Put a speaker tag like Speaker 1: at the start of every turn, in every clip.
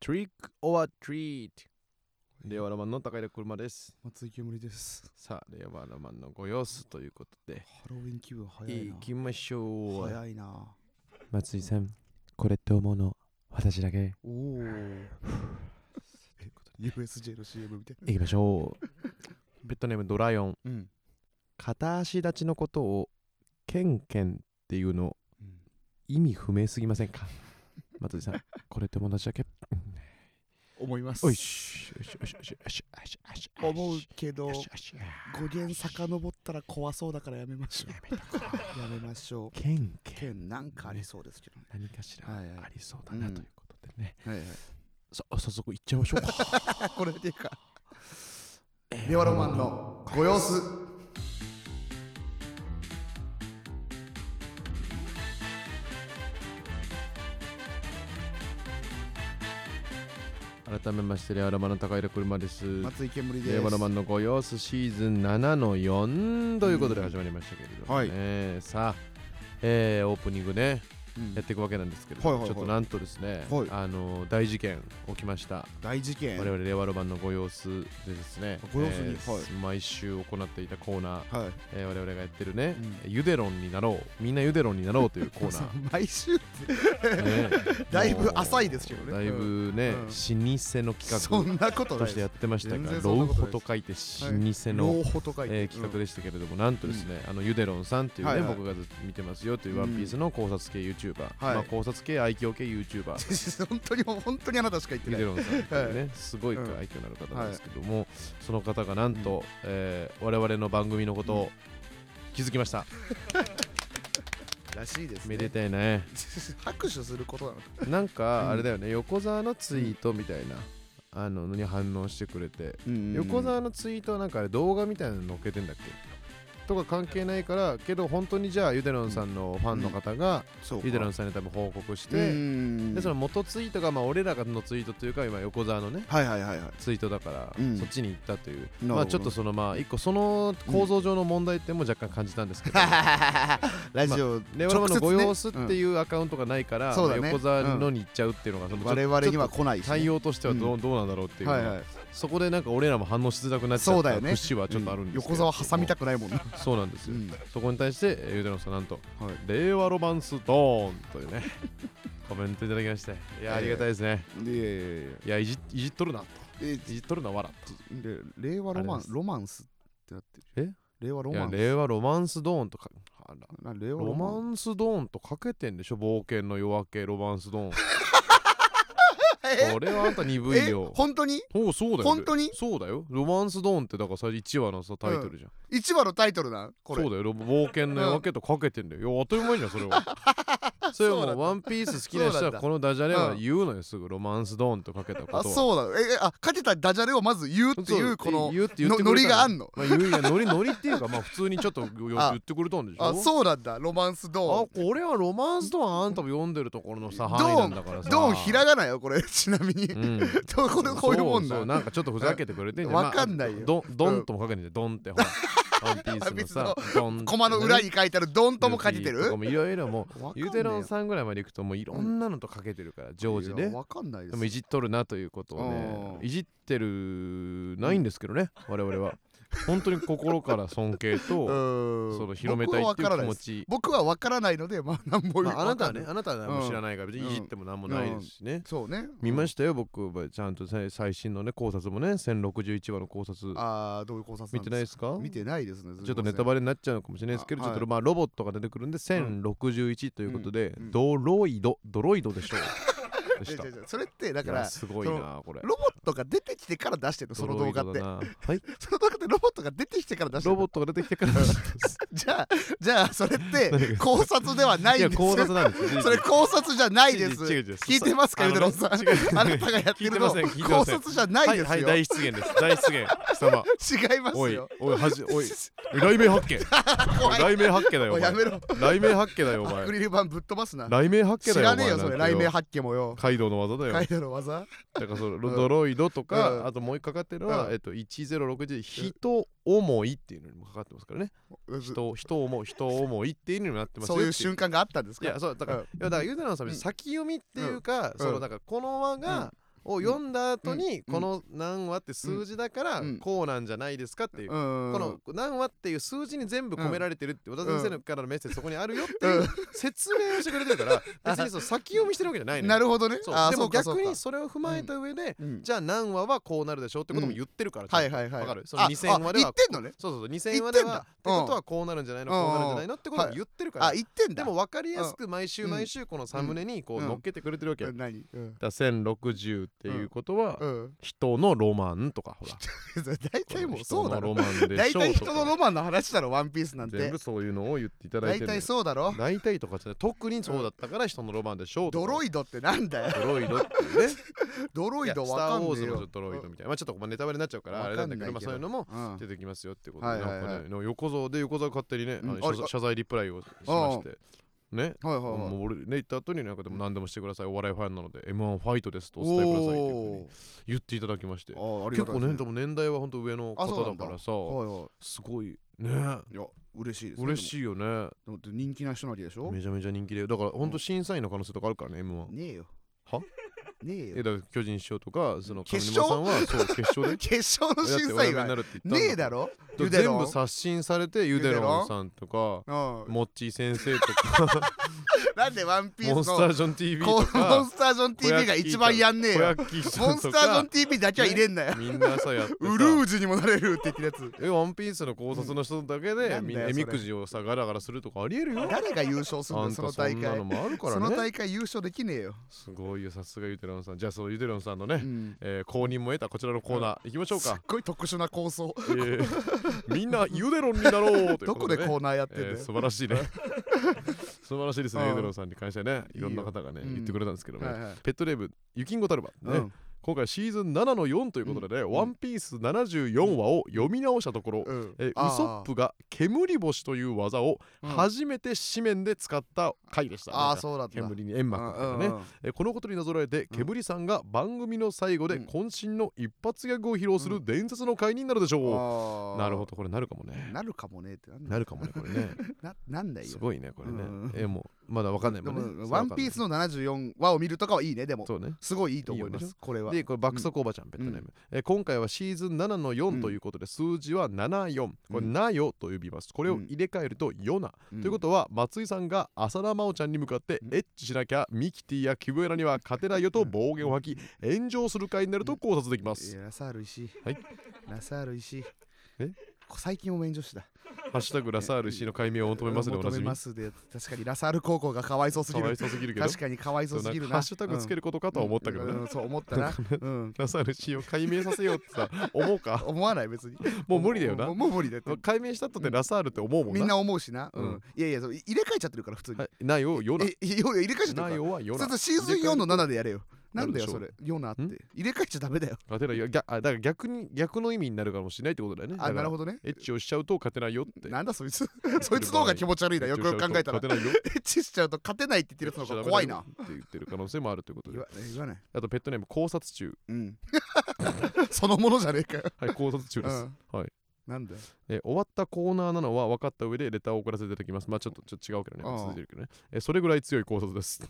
Speaker 1: Trick or Treat 令和ロマンの高井田車です
Speaker 2: 松井けむりです。
Speaker 1: さあ令和ロマンのご様子ということで
Speaker 2: ハロウィン気分早い
Speaker 1: 行
Speaker 2: な。
Speaker 1: きましょう
Speaker 2: 早いな。
Speaker 3: 松井さん、これって思うの私だけ。
Speaker 2: おお。USJ の CM みたい
Speaker 1: 行
Speaker 2: な。
Speaker 1: きましょ うペットネームドライオン
Speaker 2: うん。
Speaker 1: 片足立ちのことをケンケンっていうの
Speaker 2: うん
Speaker 1: 意味不明すぎません か松井さんこれって友達だけ
Speaker 2: 思います。
Speaker 1: おいしよしよしよしよしよしよし
Speaker 2: 思うけど
Speaker 1: よ、しよし
Speaker 2: 語源遡ったら怖そうだからやめましょ
Speaker 1: やめとこう
Speaker 2: う。やめましょう。
Speaker 1: ケンケン
Speaker 2: 剣なんかありそうですけどね。
Speaker 1: 何かしら
Speaker 2: はいはい
Speaker 1: ありそうだな
Speaker 2: うん
Speaker 1: ということでね、
Speaker 2: はいはい。
Speaker 1: さあ早速行っちゃいましょうか
Speaker 2: あ、これでいいか。レワロマンのご様子。
Speaker 1: 改めましてレアロマンの高井車です
Speaker 2: 松井けむりです。
Speaker 1: レアロマンのご様子シーズン7の4ということで始まりましたけれどもね、さあ、えーオープニングね
Speaker 2: うん
Speaker 1: やっていくわけなんですけれども、
Speaker 2: はいはいはい
Speaker 1: ちょっとなんとですね、
Speaker 2: はい
Speaker 1: あの大事件起きました
Speaker 2: 大事
Speaker 1: 我
Speaker 2: 件。はい。
Speaker 1: 々令和ロマンのご様子でですね
Speaker 2: ご様子に
Speaker 1: えー
Speaker 2: はい
Speaker 1: 毎週行っていたコーナー、えー我々がやってるね、
Speaker 2: う
Speaker 1: ゆでろんになろうみんなゆでろんになろうという コーナー
Speaker 2: 毎週
Speaker 1: ね
Speaker 2: だいぶ浅いですけどね
Speaker 1: だいぶね、
Speaker 2: うん
Speaker 1: 老舗の
Speaker 2: そ
Speaker 1: 企
Speaker 2: んなこと
Speaker 1: 画と
Speaker 2: ない
Speaker 1: して
Speaker 2: で
Speaker 1: や
Speaker 2: す。
Speaker 1: ってました
Speaker 2: 全
Speaker 1: が
Speaker 2: 然そん
Speaker 1: 老
Speaker 2: なこと
Speaker 1: ホ
Speaker 2: ない
Speaker 1: と書いて老舗の、
Speaker 2: 老舗とか言
Speaker 1: えー
Speaker 2: って
Speaker 1: 企画でしたけれども、なんとですね、あのゆでろんさんっていうね、
Speaker 2: はいはい
Speaker 1: 僕がずっと見てますよというワンピースの考察系 YouTuber、
Speaker 2: はい
Speaker 1: まあ、考察系愛嬌系 YouTuber
Speaker 2: 本当に本当にあなたしか言って
Speaker 1: ゆ
Speaker 2: な
Speaker 1: で
Speaker 2: い。
Speaker 1: ろんさんっていうね、
Speaker 2: は
Speaker 1: すごい愛
Speaker 2: うん
Speaker 1: 嬌のある方なんですけども、その方がなんと、えー我々の番組のことを気づきました、
Speaker 2: らしいです
Speaker 1: め
Speaker 2: ね
Speaker 1: で。たいね
Speaker 2: 拍手することなのか。
Speaker 1: なんかあれだよね横澤のツイートみたいなあのに反応してくれて横澤のツイートはなんかあれ動画みたいなの載っけてんだっけとか関係ないからけど本当にじゃあゆでろんさんのファンの方が
Speaker 2: そうか。
Speaker 1: ゆでろんさんに多分報告し
Speaker 2: う
Speaker 1: て
Speaker 2: ん
Speaker 1: でその元ツイートがまあ俺らのツイートというか今横澤のね
Speaker 2: はいはいはいはい。
Speaker 1: ツイートだから
Speaker 2: うん
Speaker 1: そっちに行ったという
Speaker 2: なるほど
Speaker 1: まあちょっとそのまあ一個その構造上の問題点も若干感じたんですけど
Speaker 2: ラジオ
Speaker 1: レ
Speaker 2: 直
Speaker 1: オラマの
Speaker 2: 接
Speaker 1: ご
Speaker 2: ね
Speaker 1: 様子っていうアカウントがないから
Speaker 2: そう
Speaker 1: ま
Speaker 2: だ
Speaker 1: あ
Speaker 2: ね
Speaker 1: 横澤のに行っちゃうっていうのがそのちょ
Speaker 2: 我々には
Speaker 1: ちょっ
Speaker 2: 来ない
Speaker 1: と
Speaker 2: しね。
Speaker 1: 対応としてはど
Speaker 2: う
Speaker 1: うどうなんだろうっていうの
Speaker 2: は
Speaker 1: が
Speaker 2: いはい。
Speaker 1: そこでなんか俺らも反応しづらくなっちゃ
Speaker 2: そう
Speaker 1: っ
Speaker 2: だよ
Speaker 1: た
Speaker 2: ね
Speaker 1: 節はちょっとあるんですけど、
Speaker 2: 横澤挟みたくないもんな。
Speaker 1: そうなんですよ、
Speaker 2: うん
Speaker 1: そこに対してえーゆでのさんなんと
Speaker 2: はい
Speaker 1: 「令和ロマンスドーン」という ねコメントいただきましていやありがたいですね、
Speaker 2: いやいやいや
Speaker 1: いやいじいじっとるなと
Speaker 2: え
Speaker 1: いじっとるなわらと
Speaker 2: で令和ロマ
Speaker 1: あれ
Speaker 2: ン
Speaker 1: です
Speaker 2: ロマンスってなってる。え？令和ロ
Speaker 1: い
Speaker 2: マ
Speaker 1: や
Speaker 2: ンス。
Speaker 1: 令和ロマンスドーンとかあら
Speaker 2: な令和
Speaker 1: ロ
Speaker 2: ロマ
Speaker 1: マ
Speaker 2: ン。
Speaker 1: ンスドーンとかけてんでしょ冒険の夜明けロマンスドーンこれはあんた鈍い
Speaker 2: え？
Speaker 1: よ
Speaker 2: 本当に？
Speaker 1: おうそうだよ
Speaker 2: 本当に
Speaker 1: そうだよロマンスドーンってだから最初1話のさタイトルじゃん、
Speaker 2: 一話のタイトルなこれ
Speaker 1: そう。だよロ冒険の夜明けとかけてんだよ、いや当たり前じゃんそれ はそれは
Speaker 2: そ
Speaker 1: もう
Speaker 2: うなんだ
Speaker 1: ワンピース好きな
Speaker 2: そう
Speaker 1: 人
Speaker 2: なん
Speaker 1: は
Speaker 2: だ
Speaker 1: このダジャレ
Speaker 2: う
Speaker 1: は
Speaker 2: ん
Speaker 1: 言うのよすぐロマンスドーンとかけたこと
Speaker 2: あ
Speaker 1: は
Speaker 2: そうだええあかけたダジャレをまず言うっていうこの
Speaker 1: 言うって言ってくれた
Speaker 2: のノリがあんの
Speaker 1: まあ、言ういやノリノリっていうかまあ普通にちょっとよ
Speaker 2: あ
Speaker 1: 言ってくれたんでしょ
Speaker 2: あそうなんだロマンス
Speaker 1: あ
Speaker 2: ド
Speaker 1: これはロマンスドーンあんたも読んでるところのさ
Speaker 2: ドーン
Speaker 1: 範囲なんだから
Speaker 2: ーン
Speaker 1: さ
Speaker 2: ドーンひらがなよこれ ちなみに、
Speaker 1: うん
Speaker 2: どこでこういうもん
Speaker 1: そうそう
Speaker 2: だ
Speaker 1: なんかちょっとふざけてくれてんじゃ
Speaker 2: わかんないよ
Speaker 1: まあドンドンともかけてんじゃんドンってほらワンピースの さドンってね
Speaker 2: コマの裏に書いてあるドンとも書いて
Speaker 1: ルフィと
Speaker 2: る
Speaker 1: かもいろいろもう
Speaker 2: わかんねえ
Speaker 1: ゆ
Speaker 2: よ
Speaker 1: でろんさんぐらいまで行くともういろんなのとかけてるから常時
Speaker 2: いや
Speaker 1: ね
Speaker 2: わかんないで
Speaker 1: でもい
Speaker 2: す
Speaker 1: じっとるなということをね
Speaker 2: うん
Speaker 1: いじってるないんですけどね我々 は本当に心から尊敬
Speaker 2: う
Speaker 1: と
Speaker 2: ーん
Speaker 1: その広めたいっていう気持ち
Speaker 2: 僕はわからないのでまあ何も言う
Speaker 1: まああなたはね
Speaker 2: わかんい
Speaker 1: あなたはもう知らないから別
Speaker 2: う
Speaker 1: に
Speaker 2: ん
Speaker 1: いじってもなんもないですしね
Speaker 2: そうね
Speaker 1: 見ましたよ僕はちゃんとさい最新のね考察もね1061話の考察
Speaker 2: ああどういう考察
Speaker 1: 見てないですすか
Speaker 2: か見てないですね
Speaker 1: ちょっとネタ
Speaker 2: レ
Speaker 1: バレになっちゃうのかもしれないですけど、
Speaker 2: あ
Speaker 1: ちょっ
Speaker 2: は
Speaker 1: とまあロボットが出てくるんで、1061ということで、
Speaker 2: うんうん
Speaker 1: ドロイド、ドロイドでしょう。で した。
Speaker 2: それってだか
Speaker 1: いや
Speaker 2: ら
Speaker 1: すごいな、これ。
Speaker 2: ロボットが出てきてから出してるのその動画っ
Speaker 1: ドロイド
Speaker 2: て
Speaker 1: だなはい。
Speaker 2: その動画ってロボットが出てきてから出して
Speaker 1: ロ
Speaker 2: る
Speaker 1: ボットが出てきてからです。
Speaker 2: じゃあ、じゃあ、それって
Speaker 1: 何が
Speaker 2: 考察ではないい
Speaker 1: や、
Speaker 2: んです
Speaker 1: 考
Speaker 2: よ。
Speaker 1: 察なんですよ。
Speaker 2: それ考察じゃない
Speaker 1: 違
Speaker 2: で
Speaker 1: う違う
Speaker 2: す。
Speaker 1: 違う違う
Speaker 2: 聞いてますか、
Speaker 1: あ
Speaker 2: ゆ
Speaker 1: の
Speaker 2: でろんさん。 あなたがやって
Speaker 1: 聞
Speaker 2: るの
Speaker 1: いてません聞いてません
Speaker 2: 考察じゃない
Speaker 1: は
Speaker 2: です
Speaker 1: い、
Speaker 2: よ。
Speaker 1: はい、大失言です。大失言。貴様。
Speaker 2: 違います
Speaker 1: おい
Speaker 2: よ。、
Speaker 1: おい、はじ、 おい、雷鳴発見。
Speaker 2: 怖い。
Speaker 1: 雷鳴発見だよ、
Speaker 2: も
Speaker 1: お
Speaker 2: う
Speaker 1: 前
Speaker 2: や。めろ。
Speaker 1: 雷鳴発見だよ、お
Speaker 2: ア
Speaker 1: 前
Speaker 2: ク。リル板ぶっ飛ばすな。
Speaker 1: 雷鳴発
Speaker 2: 知
Speaker 1: 見だよ、
Speaker 2: ら
Speaker 1: お
Speaker 2: ねえ
Speaker 1: 前。
Speaker 2: よ、それ。
Speaker 1: なんて
Speaker 2: 雷
Speaker 1: よ
Speaker 2: 鳴発見もよ。
Speaker 1: カイドウの技だよ
Speaker 2: カイ。ドの技
Speaker 1: だからそのドロイドとか、
Speaker 2: うん
Speaker 1: あともう一回かかってるのは、
Speaker 2: うん
Speaker 1: えっと1060人思いっていうのにもかかってますからね人人思う人思いっていうのにもなってますよ
Speaker 2: そういう瞬間があったんです
Speaker 1: いや
Speaker 2: か
Speaker 1: そうだから、
Speaker 2: うん
Speaker 1: いやだからゆでなのさん
Speaker 2: うん
Speaker 1: 先読みっていうか、そのなんかこの輪が、を読んだ後に
Speaker 2: うん
Speaker 1: この何話って数字だから
Speaker 2: うん
Speaker 1: こうなんじゃないですかっていう
Speaker 2: う
Speaker 1: こ
Speaker 2: ん
Speaker 1: の何話っていう数字に全部込められてるって小田先生のからのメッセージそこにあるよっていううん説明をしてくれてるから別にその先読みしてるわけじゃないの
Speaker 2: な
Speaker 1: よ
Speaker 2: るほどね
Speaker 1: そう
Speaker 2: あー
Speaker 1: でも
Speaker 2: そうかそう
Speaker 1: 逆
Speaker 2: か
Speaker 1: にそれを踏まえた上で
Speaker 2: うん
Speaker 1: じゃあ何話はこうなるでしょうってことも言ってるから
Speaker 2: はいはいはい
Speaker 1: わかるその
Speaker 2: あ
Speaker 1: 2000話で
Speaker 2: あ言
Speaker 1: は
Speaker 2: ってんのね
Speaker 1: そうそうそう2000話ではって
Speaker 2: 言ってんだ
Speaker 1: ことはこうなるんじゃないの
Speaker 2: う
Speaker 1: こう
Speaker 2: ん
Speaker 1: なるんじゃないのってことを言ってるから
Speaker 2: あ言ってん
Speaker 1: で
Speaker 2: だ
Speaker 1: も分かりやすく毎週毎週このサムネにこう
Speaker 2: うん
Speaker 1: 乗っけてくれてるわけよ
Speaker 2: うん何うん
Speaker 1: だから1060っていうことは、
Speaker 2: うん
Speaker 1: 人のロマンとかほら
Speaker 2: 大体もうそうだ
Speaker 1: 人の
Speaker 2: ろ
Speaker 1: ロマンで
Speaker 2: 大
Speaker 1: しょ
Speaker 2: 体
Speaker 1: うと
Speaker 2: 人の
Speaker 1: か
Speaker 2: ロマンの話だろワンピースなん
Speaker 1: 全
Speaker 2: て
Speaker 1: 部そういうのを言っていただい
Speaker 2: 大
Speaker 1: てる
Speaker 2: 体そうだろ
Speaker 1: 大体とかじゃない特にそうだったから人のロマンでしょうとか
Speaker 2: ドロイドってなんだ よ
Speaker 1: ドロイドっていうね
Speaker 2: ドロ
Speaker 1: い
Speaker 2: イ
Speaker 1: や
Speaker 2: ド
Speaker 1: スタ
Speaker 2: わか
Speaker 1: ー・ウ
Speaker 2: ん
Speaker 1: ォー
Speaker 2: ねえ
Speaker 1: ズの
Speaker 2: よ
Speaker 1: ドロイドみたいなまあちょっとごめんネタバレになっちゃうからあれなんだけどまあそういうのも
Speaker 2: うん
Speaker 1: 出てきますよってこと
Speaker 2: は
Speaker 1: で
Speaker 2: い
Speaker 1: な
Speaker 2: はいは
Speaker 1: ん
Speaker 2: い
Speaker 1: かねでも横澤で横澤勝手にねあの
Speaker 2: うんあれ
Speaker 1: 謝謝罪リプライをしましてね
Speaker 2: はいはいはい
Speaker 1: もう俺ね言った後になんかでも何でもしてくださいお笑いファンなので M1 ファイトですとお伝えくださいっていうふうに
Speaker 2: お
Speaker 1: 言っていただきまして
Speaker 2: おああり
Speaker 1: 結
Speaker 2: がたい
Speaker 1: 構
Speaker 2: です
Speaker 1: ねでも年代は本当上の
Speaker 2: あそうな
Speaker 1: 方
Speaker 2: ん
Speaker 1: だ
Speaker 2: だ
Speaker 1: からさ
Speaker 2: はいは
Speaker 1: すごいね
Speaker 2: いいや嬉しいですね
Speaker 1: 嬉
Speaker 2: い
Speaker 1: しいよね
Speaker 2: だって人気な人なわけでしょね
Speaker 1: めちゃめちゃ人気でだから本当審査員の可能性とかあるからね M1
Speaker 2: えよ
Speaker 1: は
Speaker 2: ねえ
Speaker 1: え だ
Speaker 2: よ
Speaker 1: から巨人師匠とかその上
Speaker 2: 決
Speaker 1: 沼さんはそう決勝 で
Speaker 2: 決勝の
Speaker 1: だって
Speaker 2: 審
Speaker 1: お辞
Speaker 2: 査員
Speaker 1: めに
Speaker 2: は
Speaker 1: なるって言
Speaker 2: ね
Speaker 1: った
Speaker 2: え
Speaker 1: んだ
Speaker 2: だろ
Speaker 1: だから
Speaker 2: ゆで
Speaker 1: 全
Speaker 2: ろ
Speaker 1: 部刷新されてゆでろんさんとか
Speaker 2: うん
Speaker 1: モッチー先生とか
Speaker 2: なんでワン ピース
Speaker 1: モン
Speaker 2: の
Speaker 1: スタージョン TV
Speaker 2: ことうモン
Speaker 1: か
Speaker 2: スタージョン TV が一番やんねえ
Speaker 1: 小
Speaker 2: よ
Speaker 1: 焼き
Speaker 2: モ
Speaker 1: さ
Speaker 2: ン
Speaker 1: ん
Speaker 2: ス
Speaker 1: と
Speaker 2: タージョ
Speaker 1: か
Speaker 2: ン TV だけは入れんなよ
Speaker 1: みんなさやってさ
Speaker 2: ウルージュにもなれるって言ってるやつ
Speaker 1: えワンピースの考察の人だけ
Speaker 2: うんなんだ
Speaker 1: で
Speaker 2: よ
Speaker 1: みんな
Speaker 2: それ
Speaker 1: えみくじをさガラガラするとかありえるよ
Speaker 2: 誰が優勝する
Speaker 1: あ
Speaker 2: の
Speaker 1: んた
Speaker 2: その
Speaker 1: そ
Speaker 2: 大
Speaker 1: んな
Speaker 2: 会
Speaker 1: のもあるか
Speaker 2: そ
Speaker 1: ら
Speaker 2: の
Speaker 1: ね
Speaker 2: 大会優勝できねえよ
Speaker 1: すごいよさすがゆでろんさんじゃあそのゆでろんさんのね、
Speaker 2: うん
Speaker 1: えー公認も得たこちらのコーナー行きましょう
Speaker 2: すっ
Speaker 1: か、
Speaker 2: ごい特殊な構想
Speaker 1: え ーみんなゆでろんになろうという
Speaker 2: ど
Speaker 1: こ
Speaker 2: ことで
Speaker 1: で、
Speaker 2: コ
Speaker 1: ね
Speaker 2: ーナーやってんだ
Speaker 1: え
Speaker 2: よ
Speaker 1: ー素晴ら しいね素晴らしいですね
Speaker 2: うん
Speaker 1: ゆでろんさんに関してねいろんな方がね
Speaker 2: いいようん
Speaker 1: 言ってくれたんですけども、
Speaker 2: はいはい
Speaker 1: ペットレーブゆきんごたるばね、
Speaker 2: うん
Speaker 1: 今回シーズン7の4ということでね、
Speaker 2: ん
Speaker 1: ワンピース74話を読み直したところ、
Speaker 2: うん
Speaker 1: えー
Speaker 2: あー
Speaker 1: ウソップが煙星という技を
Speaker 2: うん
Speaker 1: 初めて紙面で使った回でした、
Speaker 2: あ
Speaker 1: な
Speaker 2: あ
Speaker 1: んか
Speaker 2: そうだった
Speaker 1: 煙に煙幕みたいなね、
Speaker 2: うんうん
Speaker 1: えーこのことになぞらえて
Speaker 2: うん
Speaker 1: 煙さんが番組の最後で
Speaker 2: うん
Speaker 1: 渾身の一発ギャグを披露する伝説の回になるでしょう、
Speaker 2: あー
Speaker 1: なるほどこれなるかもね
Speaker 2: なるかもねってなんだ
Speaker 1: なるかもねこれね
Speaker 2: な なんだよ
Speaker 1: すごいねこれね、
Speaker 2: うん
Speaker 1: えーもうまだわかんない
Speaker 2: で
Speaker 1: もんね
Speaker 2: もワンピースの74話を見るとかはいいねでも
Speaker 1: そうね
Speaker 2: すごいいいと思いま
Speaker 1: いいよ
Speaker 2: すこれは
Speaker 1: でこれ爆速おばちゃん、ペットネーム、えー今回はシーズン7の
Speaker 2: うん
Speaker 1: 4ということで、数字は74これ、
Speaker 2: うん
Speaker 1: なよと呼びますこれを入れ替えるとヨナ、ということは松井さんが浅田真央ちゃんに向かって
Speaker 2: うん
Speaker 1: エッチしなきゃミキティやキブエラには勝てないよと暴言を吐き炎上する回になると考察できま
Speaker 2: い
Speaker 1: す
Speaker 2: やラサール石井
Speaker 1: はい
Speaker 2: ラサール石井
Speaker 1: え
Speaker 2: こ最近も免除してた
Speaker 1: ハッシュタグラサール氏の解明を求めますでおな
Speaker 2: 求
Speaker 1: じ
Speaker 2: め
Speaker 1: み
Speaker 2: ま
Speaker 1: か
Speaker 2: すで確かにラサール高校がかわいそうすぎ
Speaker 1: わ
Speaker 2: る
Speaker 1: いそうすぎるけど
Speaker 2: 確かにかわいそうすぎる
Speaker 1: そうなん
Speaker 2: な
Speaker 1: かハッシュタグつけることかとは思ったけど
Speaker 2: うんう
Speaker 1: ね
Speaker 2: んそう思ったなうん
Speaker 1: ラサール氏を解明させようってさ思うか
Speaker 2: 思わない別に
Speaker 1: もう無理だよな
Speaker 2: もうもう無理だって
Speaker 1: 解明したとてラサールって思うもんな
Speaker 2: みんな思うしなう
Speaker 1: うん
Speaker 2: んいやいやそう入れ替えちゃってるから普通に
Speaker 1: はいないよヨナ
Speaker 2: えいや入れ替えちゃってるか
Speaker 1: な
Speaker 2: ら
Speaker 1: いよはヨ
Speaker 2: そ
Speaker 1: ナ
Speaker 2: れとシーズン4の7でやれよ。なんだよ
Speaker 1: や
Speaker 2: そ
Speaker 1: る
Speaker 2: れ。4なって
Speaker 1: ん。
Speaker 2: 入れ替えちゃダメだよ。
Speaker 1: 勝てないよぎゃあだから逆に逆の意味になるかもしれないってことだよね
Speaker 2: あ、なる
Speaker 1: ほ
Speaker 2: ほどね。
Speaker 1: どエッチをしちゃうと勝てないよって
Speaker 2: なんだそいつ。 そいつの方が気持ち悪いな。よくよく考えたら。
Speaker 1: エ
Speaker 2: エ
Speaker 1: ッチをしちゃうと勝てないよ
Speaker 2: ッチしちゃうと勝てないって言ってるやつの方が怖いな。
Speaker 1: って言ってる可能性もあるということで
Speaker 2: 言わ言わない。
Speaker 1: あとペットネーム考察 中
Speaker 2: うん。そのものじゃねえかよ。
Speaker 1: はい考察中で
Speaker 2: う
Speaker 1: す
Speaker 2: ん
Speaker 1: はい
Speaker 2: なんだよ。
Speaker 1: えー終わったコーナーなのは分かった上でレターを送らせていただきますまあちょっとちょっと違うけどね
Speaker 2: ああ
Speaker 1: 続いてるけどねえーそれぐらい強い考察です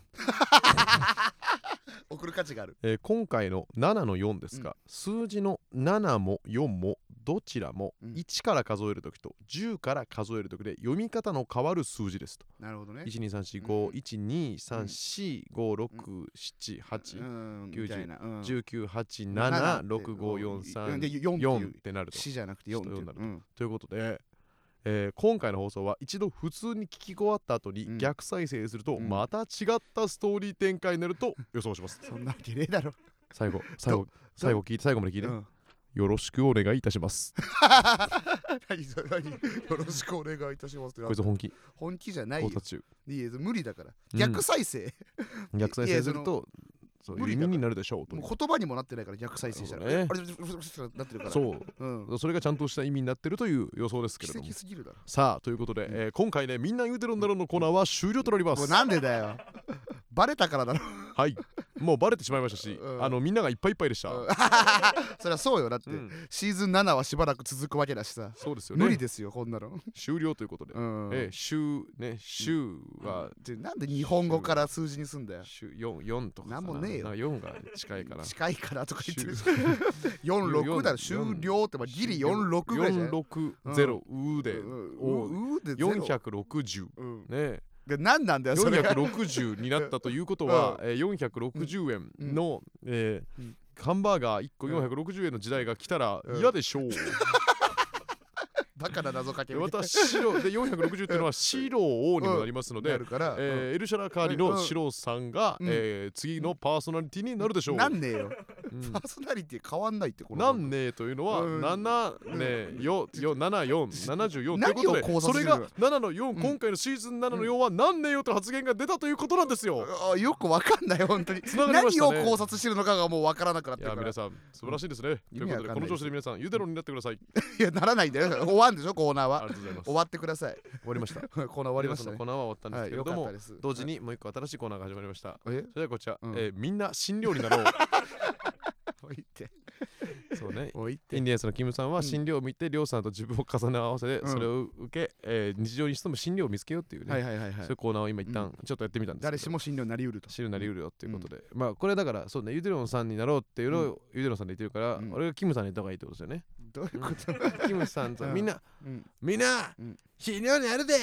Speaker 2: 送る価値がある。
Speaker 1: えー今回の7の4ですが、数字の7も4もどちらも
Speaker 2: うん
Speaker 1: 1から数えるときと10から数えるときで読み方の変わる数字ですと。
Speaker 2: なるほどね。うんう
Speaker 1: 123451234567819
Speaker 2: ん。
Speaker 1: 90
Speaker 2: みたいな。うんうんで
Speaker 1: 198765434
Speaker 2: 4っていう
Speaker 1: ってなると。
Speaker 2: 死じゃなくて4っていう
Speaker 1: ちょっと読んだら
Speaker 2: うん
Speaker 1: ということで、えー今回の放送は一度普通に聞き終わった後
Speaker 2: うん
Speaker 1: に逆再生すると
Speaker 2: うん
Speaker 1: また違ったストーリー展開になる と予想します。
Speaker 2: そんなわけねえだろ。
Speaker 1: 最後最後最後聞いて最後まで聞いて。
Speaker 2: うん
Speaker 1: よろしくお願いいたします。
Speaker 2: 何それ何よろしくお願いいたしますって。
Speaker 1: こいつ本気、
Speaker 2: 本気じゃない
Speaker 1: 考
Speaker 2: よ。
Speaker 1: 察中。
Speaker 2: いや無理だから。
Speaker 1: うん
Speaker 2: 逆再生。
Speaker 1: 逆再
Speaker 2: い
Speaker 1: 生
Speaker 2: や
Speaker 1: すると、そう
Speaker 2: 無
Speaker 1: いう
Speaker 2: 理
Speaker 1: 意
Speaker 2: だから
Speaker 1: 味になるでしょうとい
Speaker 2: もう言葉にもなってないから逆再生したら、
Speaker 1: そうだね
Speaker 2: あれふふふふってなってるか
Speaker 1: う。
Speaker 2: ら、
Speaker 1: そう
Speaker 2: ん、
Speaker 1: う、それがちゃんとした意味になってるという予想ですけれ
Speaker 2: 奇
Speaker 1: ども
Speaker 2: 跡。すぎるだろ
Speaker 1: さあ、ということで、えー今回ね、みんな言うてるんだろうのコーナーは終了となりま
Speaker 2: もう
Speaker 1: す。
Speaker 2: なんでだよバレたからだろ
Speaker 1: はい。もうバレてしまいましたし、
Speaker 2: うん
Speaker 1: あのみんながいっぱいいっぱいでした、
Speaker 2: うんそりゃそうよだって、
Speaker 1: うん
Speaker 2: シーズン7はしばらく続くわけだしさ
Speaker 1: そうですよね
Speaker 2: 無理ですよこんなの、
Speaker 1: 終了ということで、
Speaker 2: うん
Speaker 1: ええ週ね週は、
Speaker 2: でなんで日本語から数字にすんだよ
Speaker 1: 週 4, 四とかさ
Speaker 2: なんもねえよ
Speaker 1: な4が近い から
Speaker 2: 近いからとか言ってる
Speaker 1: 週
Speaker 2: 46だろ終了ってまあギリ46ぐらいじゃない
Speaker 1: 460うで、
Speaker 2: うんうーでゼロ
Speaker 1: 460
Speaker 2: うん
Speaker 1: ね
Speaker 2: で何なんだ よそれが
Speaker 1: 460になったということは、
Speaker 2: う
Speaker 1: えー460円の、えー
Speaker 2: うん
Speaker 1: ハンバーガー1個
Speaker 2: うん
Speaker 1: 460円の時代が来たら
Speaker 2: うん
Speaker 1: 嫌でしょう。
Speaker 2: バカな謎かけ
Speaker 1: でまた白で460っていうのは白王にもなりますの
Speaker 2: な
Speaker 1: で、
Speaker 2: るから、
Speaker 1: えーエルシャラカーリの白さんが、
Speaker 2: うん
Speaker 1: えー次のパーソナリティになるでしょ
Speaker 2: う
Speaker 1: う。
Speaker 2: んなんねえよ
Speaker 1: うん
Speaker 2: パーソナリティ変わんないってこの
Speaker 1: なんねえというのは
Speaker 2: うん
Speaker 1: 7ねよよ74、74という
Speaker 2: 何を
Speaker 1: ことで
Speaker 2: 考察
Speaker 1: それ
Speaker 2: してる
Speaker 1: が7の4、
Speaker 2: ん
Speaker 1: 今回のシーズン7の4はなんねえよと発言が出たということなんですよ。
Speaker 2: あよくわかんない本当に
Speaker 1: がりまし
Speaker 2: 何
Speaker 1: たね
Speaker 2: を考察してるのかがもうわからなくなっ
Speaker 1: い
Speaker 2: てる
Speaker 1: や
Speaker 2: から
Speaker 1: 皆さん素晴らしいですね。
Speaker 2: う
Speaker 1: とい
Speaker 2: ん
Speaker 1: うこと
Speaker 2: 意味
Speaker 1: で
Speaker 2: わ
Speaker 1: こ
Speaker 2: かん
Speaker 1: の
Speaker 2: ない
Speaker 1: 調子で皆さんゆでろになってください。
Speaker 2: いやならないんだよ終わんでしょコーナー
Speaker 1: あり
Speaker 2: は
Speaker 1: がとうございます。
Speaker 2: 終わってください
Speaker 1: 終わりました。
Speaker 2: コーナー 終わりました
Speaker 1: ゆでろさん
Speaker 2: ね
Speaker 1: のコーナーは終わったんです
Speaker 2: は
Speaker 1: け
Speaker 2: い
Speaker 1: れ
Speaker 2: よ
Speaker 1: ど
Speaker 2: かっ
Speaker 1: も
Speaker 2: たです
Speaker 1: 同時にもう一個新しいコーナーが始まりました。
Speaker 2: え
Speaker 1: それではこちら、
Speaker 2: うん
Speaker 1: えーみんな診療医になろ
Speaker 2: もういいって
Speaker 1: う。そうね。
Speaker 2: もういいって
Speaker 1: インディアンスのキムさんは
Speaker 2: うん
Speaker 1: 診療を見て、りょうさんと自分を重ね合わせて、
Speaker 2: うん
Speaker 1: それを受け、えー日常に潜む診療を見つけようっていうね、
Speaker 2: はいはいはい
Speaker 1: そ
Speaker 2: はいう
Speaker 1: いうコーナーを今一旦ちょっとやってみたんですけど
Speaker 2: 誰しも診療になりうると
Speaker 1: 知るなりうるよっていうことで、まあこれはだからそうねゆでろんさんになろうっていうのを、ゆでろんさんで言ってるから、
Speaker 2: うん
Speaker 1: 俺がキムさんに言った方がいいってことですよ ね、
Speaker 2: どういうこと、
Speaker 1: キムさんと
Speaker 2: うん
Speaker 1: みんな
Speaker 2: うん、
Speaker 1: みんな
Speaker 2: うん
Speaker 1: 診療になるで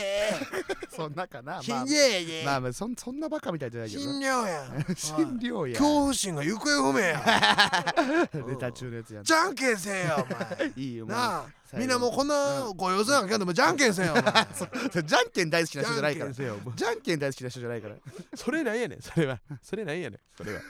Speaker 2: そんなかな
Speaker 1: 診
Speaker 2: まあ
Speaker 1: 療やで
Speaker 2: まあまあそんそんなバカみたいじゃないけど
Speaker 1: 診療 や
Speaker 2: 診療や
Speaker 1: 恐怖心が行方不明や
Speaker 2: ネタ中のやつやん
Speaker 1: じゃんけんせえよ お前
Speaker 2: いいよもう
Speaker 1: なあ
Speaker 2: 最後
Speaker 1: みんなもうこんなご様子なんかでもじゃんけんせえよお前
Speaker 2: そうじゃんけん大好きな 人
Speaker 1: じ
Speaker 2: じゃ
Speaker 1: ゃ
Speaker 2: なんい
Speaker 1: け
Speaker 2: か
Speaker 1: ん
Speaker 2: ら
Speaker 1: せえよお前
Speaker 2: じゃんけん大好きな人じゃない から
Speaker 1: それなんやねんそれはそれなんやねんそれ は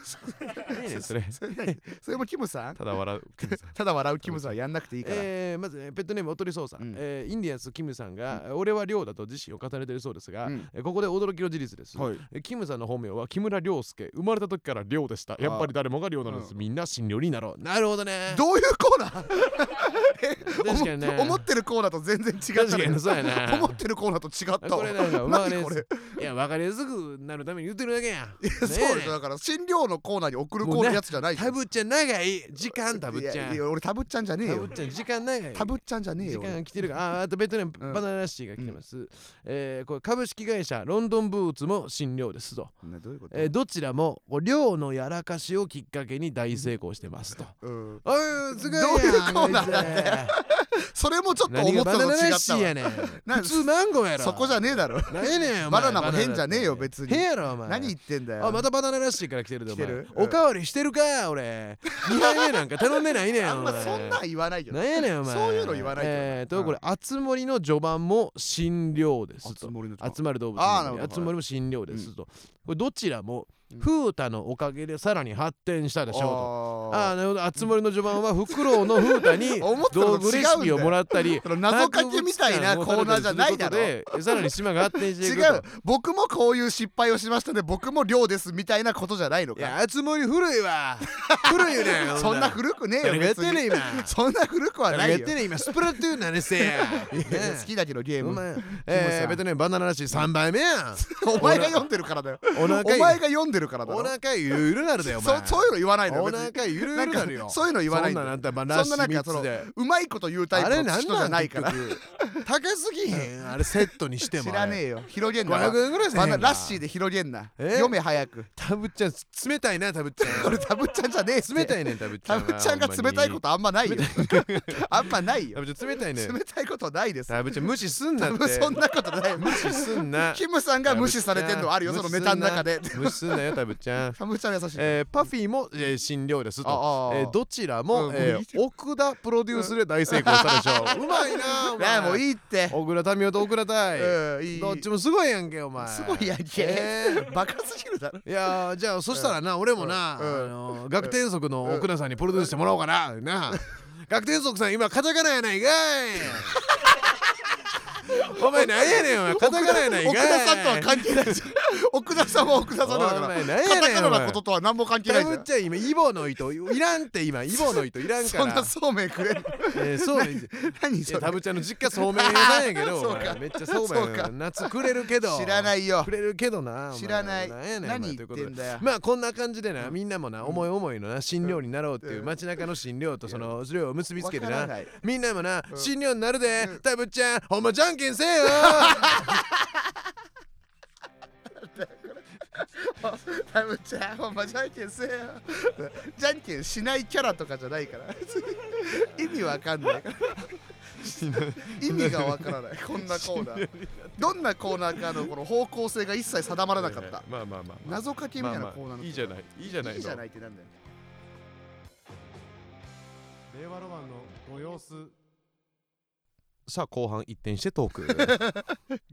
Speaker 1: 何やねんそれ
Speaker 2: それ何それもキムさん
Speaker 1: ただ笑うキムさん
Speaker 2: ただ笑うキムさんはやんなくていいから、
Speaker 1: えーまず、ね、ペットネームおとりそうさん、
Speaker 2: うん
Speaker 1: えーインディアンスキムさんが、俺は亮だと自身を重ねているそうですが、
Speaker 2: うん
Speaker 1: えーここで驚きの事実です、
Speaker 2: はい
Speaker 1: えーキムさんの本名は木村亮介生まれた時から亮でしたやっぱり誰もが亮なんです、
Speaker 2: う
Speaker 1: みんな新料になろうなるほどね
Speaker 2: どういうコーナー
Speaker 1: 確かにね
Speaker 2: 思思ってるコーナーと全然違ったね
Speaker 1: 確かにそうやな
Speaker 2: 思ってるコーナーと違ったわ
Speaker 1: これなんか分か
Speaker 2: 何
Speaker 1: りや
Speaker 2: これ
Speaker 1: すいや分かりやすくなるために言ってるだけやん
Speaker 2: そう
Speaker 1: ねえ
Speaker 2: ですよだから診療のコーナーに送るコーナーのやつじゃないよ
Speaker 1: タブっちゃん長い時間タブっちゃん
Speaker 2: いやいや俺タブっちゃんじゃねえ
Speaker 1: タブっ
Speaker 2: よ
Speaker 1: ちゃん時間長い
Speaker 2: タブっちゃんじゃね
Speaker 1: 時
Speaker 2: えよ
Speaker 1: 間が来てるから、あーあとベトナム
Speaker 2: うん
Speaker 1: バナナラッシーが来てます、えーこれ株式会社ロンドンブーツも新料ですと、
Speaker 2: などういうこと
Speaker 1: えーどちらもこう量のやらかしをきっかけに大成功してますと。
Speaker 2: うん
Speaker 1: おいすごいやん
Speaker 2: どういうコーナー
Speaker 1: あいつら
Speaker 2: それもちょっと
Speaker 1: 何
Speaker 2: 思
Speaker 1: が
Speaker 2: った
Speaker 1: バナナ
Speaker 2: のと
Speaker 1: ラ
Speaker 2: 違
Speaker 1: ッ
Speaker 2: っ
Speaker 1: シ
Speaker 2: た
Speaker 1: ーや
Speaker 2: わ
Speaker 1: ねん
Speaker 2: なん
Speaker 1: 普通マンゴーやろ
Speaker 2: そこじゃねえだろ
Speaker 1: 何やねんお前
Speaker 2: バナナも変じゃねえよ
Speaker 1: バナナって
Speaker 2: 別に
Speaker 1: 変やろお前
Speaker 2: 何言ってんだよ
Speaker 1: あまたバナナラッシーから来てるでお前
Speaker 2: 来てるうん
Speaker 1: おかわりしてるか俺2杯目なんか頼んでないねん
Speaker 2: あ
Speaker 1: お
Speaker 2: んま
Speaker 1: 前
Speaker 2: そんなん言わないけど
Speaker 1: なんやねんお前
Speaker 2: そういうの言わないけど
Speaker 1: えー、とこれあつ森の序盤も診療ですと
Speaker 2: 森の人
Speaker 1: 集まる動物
Speaker 2: あーなるほど
Speaker 1: あつ森も診療ですと、これどちらも風太のおかげでさらに発展したでしょうとあ
Speaker 2: あ
Speaker 1: あーなるほどあつ森の序盤はフクロウの風 太に
Speaker 2: 思った
Speaker 1: 道
Speaker 2: のと違うんだよ
Speaker 1: 具レシピをもらったり
Speaker 2: その謎かけみたいな
Speaker 1: 博
Speaker 2: コー
Speaker 1: 物館を
Speaker 2: ナーじゃないだろ
Speaker 1: 訪れたりすることでさらに島が発展してい
Speaker 2: 違
Speaker 1: くと
Speaker 2: う僕もこういう失敗をしましたね僕も量ですみたいなことじゃないの
Speaker 1: い
Speaker 2: か
Speaker 1: やあつ森古いわ古いよね
Speaker 2: そんな古くねえよ
Speaker 1: 誰がやってんねん
Speaker 2: 別に
Speaker 1: 今
Speaker 2: そんな古くは
Speaker 1: 誰
Speaker 2: な
Speaker 1: が
Speaker 2: い
Speaker 1: や
Speaker 2: よ
Speaker 1: ってんねん今スプラトゥーンなれせや
Speaker 2: いやいや好きだけどゲー
Speaker 1: お
Speaker 2: ム
Speaker 1: 前え
Speaker 2: さ
Speaker 1: ー、
Speaker 2: ん
Speaker 1: ベトナムバナナらしい3杯目やん
Speaker 2: お前が読んでるからだよ
Speaker 1: お
Speaker 2: お
Speaker 1: 腹
Speaker 2: 前
Speaker 1: い
Speaker 2: が読んでるからだ
Speaker 1: お
Speaker 2: ろ
Speaker 1: 腹ゆるゆるなるだよお
Speaker 2: そ
Speaker 1: 前
Speaker 2: そういうの言わないのよ
Speaker 1: お
Speaker 2: 別に
Speaker 1: 腹ゆるゆるなるよ
Speaker 2: なんかそういうの言わないん
Speaker 1: そんな
Speaker 2: だよ
Speaker 1: んあんたバナナらしい
Speaker 2: そんななんかそ
Speaker 1: 3
Speaker 2: の
Speaker 1: つで
Speaker 2: うまいこと言うタ
Speaker 1: あれ
Speaker 2: イプの
Speaker 1: なん
Speaker 2: 人じ
Speaker 1: な
Speaker 2: ゃ
Speaker 1: ん
Speaker 2: ないから
Speaker 1: 結局高すぎへんあれセットにしても
Speaker 2: 知らね
Speaker 1: え
Speaker 2: えよ広げんな
Speaker 1: 500円ぐらいせえへ
Speaker 2: バ
Speaker 1: んか
Speaker 2: ナラッシーで広げんな
Speaker 1: え
Speaker 2: 読め早く
Speaker 1: タブっちゃん冷たいなタブっちゃ
Speaker 2: これタブっちゃんじゃねえって
Speaker 1: ん冷たいねんタブっちゃ
Speaker 2: タ
Speaker 1: ん
Speaker 2: ブっちゃんが冷たいことあんまないよ あんまない
Speaker 1: タ
Speaker 2: よ
Speaker 1: ブっちゃん冷たいね
Speaker 2: 冷たいことないです
Speaker 1: タブっちゃん無視すんな
Speaker 2: 多
Speaker 1: って
Speaker 2: 分 そんなことない
Speaker 1: 無視すんな
Speaker 2: キムさんが無視されてんのあるよそのネタの中で
Speaker 1: 無視すんなよタブっちゃん
Speaker 2: タブっちゃん優しい
Speaker 1: えーパフィーも、えー、診療ですと
Speaker 2: ああ
Speaker 1: えーどちらも、
Speaker 2: うん
Speaker 1: え
Speaker 2: いい
Speaker 1: ー奥田プロデュースで大成功したでしょううまいなあお
Speaker 2: いや
Speaker 1: 前
Speaker 2: もういいって
Speaker 1: 小倉民生と小倉大、
Speaker 2: うんいい
Speaker 1: どっちもすごいやんけお前
Speaker 2: すごいやんけ
Speaker 1: え
Speaker 2: バカすぎるだろ
Speaker 1: ーいやーじゃあそしたらな、俺もな、
Speaker 2: うん
Speaker 1: あのー学天則の奥田さんにプロデュースしてもらおうかな、なあ学天則さん今カタカナやないか いお前何やねんお前カタカナやないかい
Speaker 2: 奥田さんとは関係ないじゃん奥田さんは奥田さんだから
Speaker 1: お前何やねん
Speaker 2: カタカナ
Speaker 1: お
Speaker 2: な
Speaker 1: 前
Speaker 2: こととは何も関係な
Speaker 1: か
Speaker 2: いじ
Speaker 1: ぶ
Speaker 2: ゃ
Speaker 1: っ
Speaker 2: ん
Speaker 1: ちゃい今イボの糸いらんって今イボの糸いらんか
Speaker 2: そん
Speaker 1: ら
Speaker 2: なそうめんくれんの
Speaker 1: えーそうね
Speaker 2: 何
Speaker 1: い
Speaker 2: そ
Speaker 1: や
Speaker 2: れ
Speaker 1: タブちゃんの実家そうめん屋なんやけど
Speaker 2: そう
Speaker 1: お
Speaker 2: か
Speaker 1: 前めっちゃそうめん
Speaker 2: そう
Speaker 1: や
Speaker 2: か
Speaker 1: 夏くれるけど
Speaker 2: 知らないよ
Speaker 1: くれるけどなお前
Speaker 2: 知らない
Speaker 1: なんやねんお前
Speaker 2: 何
Speaker 1: という
Speaker 2: 言っ
Speaker 1: こと
Speaker 2: て
Speaker 1: で
Speaker 2: んだよ
Speaker 1: まあこんな感じでな、
Speaker 2: うん
Speaker 1: みんなもな、思い思いのな診療になろうっていう、
Speaker 2: うん
Speaker 1: 街中の診療とその治療を結びつけて
Speaker 2: わから
Speaker 1: ないみんなもな、
Speaker 2: うん
Speaker 1: 診療になるで、
Speaker 2: うん
Speaker 1: タブちゃんほんまじゃんけんせ えよ
Speaker 2: タブちゃんほんまじゃんけんせえよじゃんけんしないキャラとかじゃないから 意味わかんないから意味がわからないこんな コーナーどんなコーナーかのこの方向性が一切定まら なかった
Speaker 1: まあまあまあ、まあ
Speaker 2: 謎かけみたいなコーナーの、
Speaker 1: いいじゃないいいじゃない
Speaker 2: いいじゃないってなんだよ
Speaker 1: 令和ロマンのご様子さあ後半一転してト ーク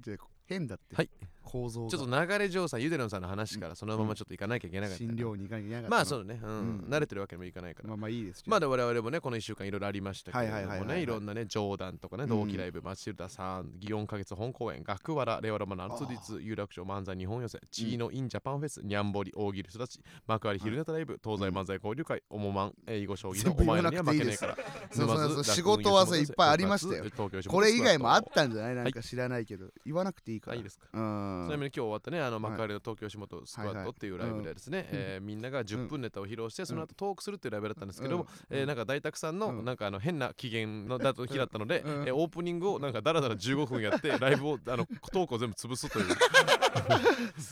Speaker 2: じゃあ変だって、
Speaker 1: はい
Speaker 2: 構造が
Speaker 1: ちょっと流れ上さゆでのさんの話からそのままちょっと行かなきゃいけなかったな、
Speaker 2: 診療に行かなきゃいけなかった
Speaker 1: まあそううね、うん
Speaker 2: うん
Speaker 1: 慣れてるわけにもいかないから、
Speaker 2: まあまあいいです
Speaker 1: まあで我々もねこの1週間いろいろありましたけれどもね、
Speaker 2: はいいはいはいはい
Speaker 1: いろんなね冗談とかね、
Speaker 2: うん
Speaker 1: 同期ライブマチルダさん祇園花月本公演学わら令和ロマンの圧立有楽町漫才日本寄せチーノインジャパンフェスにゃんぼり大喜利育ち幕張昼ネタライブ東西漫才交流会おもまん英語将棋のお前らには負けねえから
Speaker 2: 全部言わなくて
Speaker 1: 沼津
Speaker 2: いいですそうそうそう仕事はさいっぱいありましたよ
Speaker 1: 東京
Speaker 2: これ以外もあっ
Speaker 1: よ
Speaker 2: たんじゃないなんか知らないけど、言わなくていいから。
Speaker 1: いいですか
Speaker 2: う
Speaker 1: ちなみ
Speaker 2: ん。
Speaker 1: に今日終わったね、あの
Speaker 2: はい
Speaker 1: 幕張の東京下本スクワットっていうライブでですね、えーみんなが10分ネタを披露して、その後トークするっていうライブだったんですけども、えーなんか大沢さんの
Speaker 2: うん
Speaker 1: なんかあの変な機嫌のだと日だったので、
Speaker 2: うんうん
Speaker 1: えーオープニングをなんかダラダラ15分やって、ライ ブを、あのトークを全部潰すという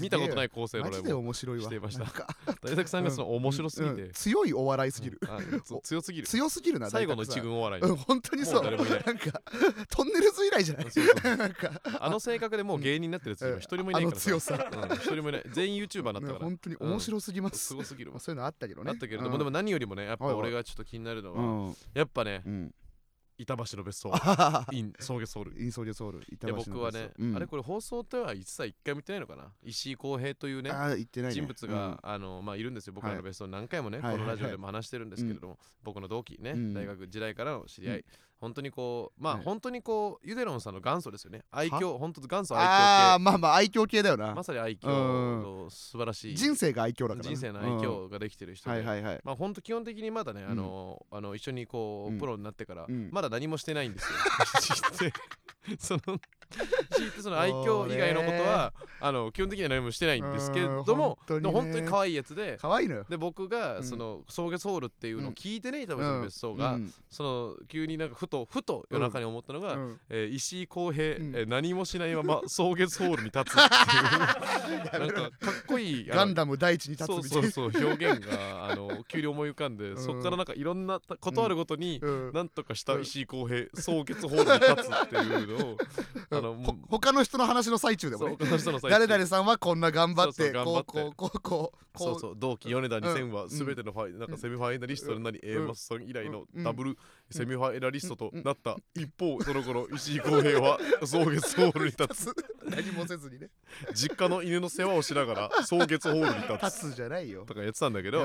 Speaker 1: 見たことない構成の
Speaker 2: マ
Speaker 1: ライ
Speaker 2: ジで
Speaker 1: ブを。
Speaker 2: 面白いわ。
Speaker 1: していました
Speaker 2: なんか
Speaker 1: 大沢さんがその面白すぎ
Speaker 2: うん
Speaker 1: て、
Speaker 2: 強いお笑いすぎる。
Speaker 1: あのつ強すぎる。
Speaker 2: 強すぎるな、
Speaker 1: 最後の
Speaker 2: 大沢
Speaker 1: 一
Speaker 2: さん。
Speaker 1: 軍お笑いに。
Speaker 2: うん、本当にそ
Speaker 1: もう誰
Speaker 2: う。なん
Speaker 1: もいない
Speaker 2: か、トンネルズ以来じゃない
Speaker 1: そうそう
Speaker 2: なんか、
Speaker 1: あの性格でもう芸人になってるやつ今一人もいないか
Speaker 2: あの
Speaker 1: ら
Speaker 2: 強さ。
Speaker 1: うん一人もいない全員 YouTuber になったから
Speaker 2: 本当に面白すぎますす。
Speaker 1: ごすぎる
Speaker 2: ま
Speaker 1: わ
Speaker 2: あそういうのあったけどね。
Speaker 1: なったけれども、
Speaker 2: うん
Speaker 1: でも何よりもねやっぱ
Speaker 2: はいはい
Speaker 1: 俺がちょっと気になるのは、
Speaker 2: うん。
Speaker 1: やっぱね
Speaker 2: うん。
Speaker 1: 板橋の別 荘インソーゲソウル
Speaker 2: インソーリソウル、板
Speaker 1: で
Speaker 2: 橋の別荘
Speaker 1: 僕はね、
Speaker 2: うん
Speaker 1: あれこれ放送では一切一回見てないのかな石井浩平というね
Speaker 2: あー言ってないね
Speaker 1: 人物が、あのまあ、いるんですよ僕らの別荘何回もね、
Speaker 2: はい
Speaker 1: この
Speaker 2: はいは
Speaker 1: ラ
Speaker 2: い
Speaker 1: ジオでも話してるんですけれども、僕の同期ね、
Speaker 2: うん
Speaker 1: 大学時代からの知り合い、
Speaker 2: うん
Speaker 1: 本当にこうまあ、
Speaker 2: はい
Speaker 1: 本当にこうゆでろんさんの元祖ですよね愛嬌本当元祖
Speaker 2: うん
Speaker 1: 愛
Speaker 2: あ
Speaker 1: 嬌
Speaker 2: あ、まあまあ、愛嬌系だよ
Speaker 1: 系
Speaker 2: な
Speaker 1: ま。さに愛嬌の素晴らしい、
Speaker 2: 人生が愛嬌だからね。
Speaker 1: 人生の愛嬌ができてる人
Speaker 2: うん。
Speaker 1: で、
Speaker 2: はいはいはい。
Speaker 1: まあ本当基本的にまだね、
Speaker 2: ん
Speaker 1: あのあの一緒にこう、
Speaker 2: うん
Speaker 1: プロになってから、
Speaker 2: うん
Speaker 1: まだ何もしてないん ですよ。知って その知ってその愛嬌以外のことはあの基本的には何もしてないんですけれども
Speaker 2: うん本当にね
Speaker 1: でも本当に可愛いやつで
Speaker 2: 可愛いのよ。
Speaker 1: で僕が、
Speaker 2: うん
Speaker 1: その「送迎ソウル」っていうのを聞いてね板橋の別荘が、
Speaker 2: うん
Speaker 1: その急になんかふとふと夜中に思ったのが、
Speaker 2: うん
Speaker 1: えー石井浩平、
Speaker 2: うん
Speaker 1: えー何もしないまま送迎ソウルに立つ っていうなんかかっこいいあの
Speaker 2: ガンダム第一に立つ
Speaker 1: そう
Speaker 2: み
Speaker 1: そ
Speaker 2: たいう
Speaker 1: そ
Speaker 2: な。
Speaker 1: う表現があの急に思い浮か んで、
Speaker 2: ん
Speaker 1: そこからなんかいろんなたことあるごとに、
Speaker 2: うん
Speaker 1: なんとかした
Speaker 2: うん
Speaker 1: 石井浩平総決ホールに立つっていうのをあのも
Speaker 2: ほ
Speaker 1: う
Speaker 2: 他の人の話の最中でも
Speaker 1: そう
Speaker 2: ね
Speaker 1: 岡田さんの最
Speaker 2: 誰
Speaker 1: 近
Speaker 2: 々さんはこんな頑張っ
Speaker 1: そう
Speaker 2: て
Speaker 1: そう頑張
Speaker 2: こ
Speaker 1: っ
Speaker 2: う
Speaker 1: て
Speaker 2: こうこうこう
Speaker 1: そ
Speaker 2: こ
Speaker 1: う
Speaker 2: う
Speaker 1: そう同期米田2000は
Speaker 2: ん
Speaker 1: 全てのファイ、なんかセミファイナリストのなり、A マスさん以来の
Speaker 2: うん
Speaker 1: ダブルセミファイナリストとなった一方その頃石井浩平は総月ホールに立つ
Speaker 2: 何もせずにね
Speaker 1: 実家の犬の世話をしながら総月ホールに立つ
Speaker 2: 立つじゃないよ
Speaker 1: とかやってたんだけど、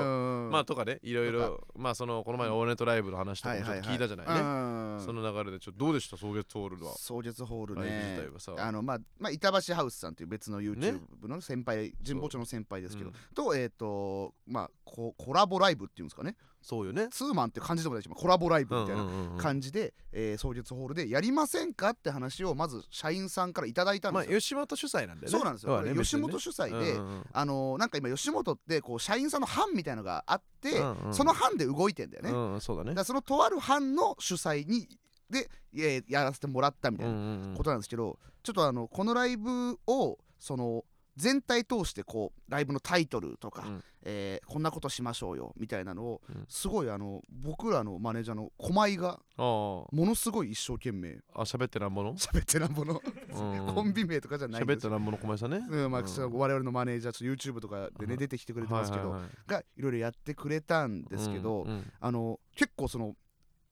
Speaker 1: まあとかねいろいろまあそのこの前のオールネットライブの話とかもちょっと聞いたじゃないね、
Speaker 2: ね
Speaker 1: その流れでちょっとどうでした草月トールは
Speaker 2: 総月ホール
Speaker 1: ライブ自
Speaker 2: ね
Speaker 1: 体はさ
Speaker 2: あのまあまあ板橋ハウスさんという別の
Speaker 1: ね
Speaker 2: YouTube の先輩神保町の先輩ですけ
Speaker 1: う
Speaker 2: ど
Speaker 1: ん
Speaker 2: とえっとまあココラボライブっていうんですかね
Speaker 1: そうよね
Speaker 2: ツーマンって感じでもないしまあコラボライブみたいな
Speaker 1: 感
Speaker 2: 感じでえー総月ホールでやりませんかって話をまず社員さんからいただいたん
Speaker 1: ま
Speaker 2: で
Speaker 1: あ
Speaker 2: すよ
Speaker 1: 吉本主催なんだよね
Speaker 2: そうなんですよこれ吉本
Speaker 1: 主
Speaker 2: 主催であのーなんか今吉本ってこう社員さんの班みたいのがあって、
Speaker 1: うんうん
Speaker 2: その班で動いてんだよね、だか
Speaker 1: ねそうだね
Speaker 2: らそのとある班の主催にで、えーやらせてもらったみたい
Speaker 1: うん
Speaker 2: な
Speaker 1: うんうん
Speaker 2: ことなんですけど、ちょっとあのこのライブをその全体通してこうライブのタイトルとか、
Speaker 1: うん
Speaker 2: えーこんなことしましょうよみたいなのを、
Speaker 1: うん
Speaker 2: すごいあの僕らのマネージャーの駒井が
Speaker 1: あ
Speaker 2: ものすごい一生懸命
Speaker 1: ああ喋ってなんぼの
Speaker 2: 喋ってなんぼの、コンビ名とかじゃないん
Speaker 1: 喋
Speaker 2: で
Speaker 1: っ
Speaker 2: す
Speaker 1: てなんぼの小林さんね
Speaker 2: うんまあ、
Speaker 1: うん
Speaker 2: そう我々のマネージャーちょっと YouTube とか
Speaker 1: は
Speaker 2: でね
Speaker 1: い
Speaker 2: 出てきてくれてますけ
Speaker 1: はい
Speaker 2: ど、
Speaker 1: はいはい
Speaker 2: がいろいろやってくれたんですけど、
Speaker 1: うんうん
Speaker 2: あの結構その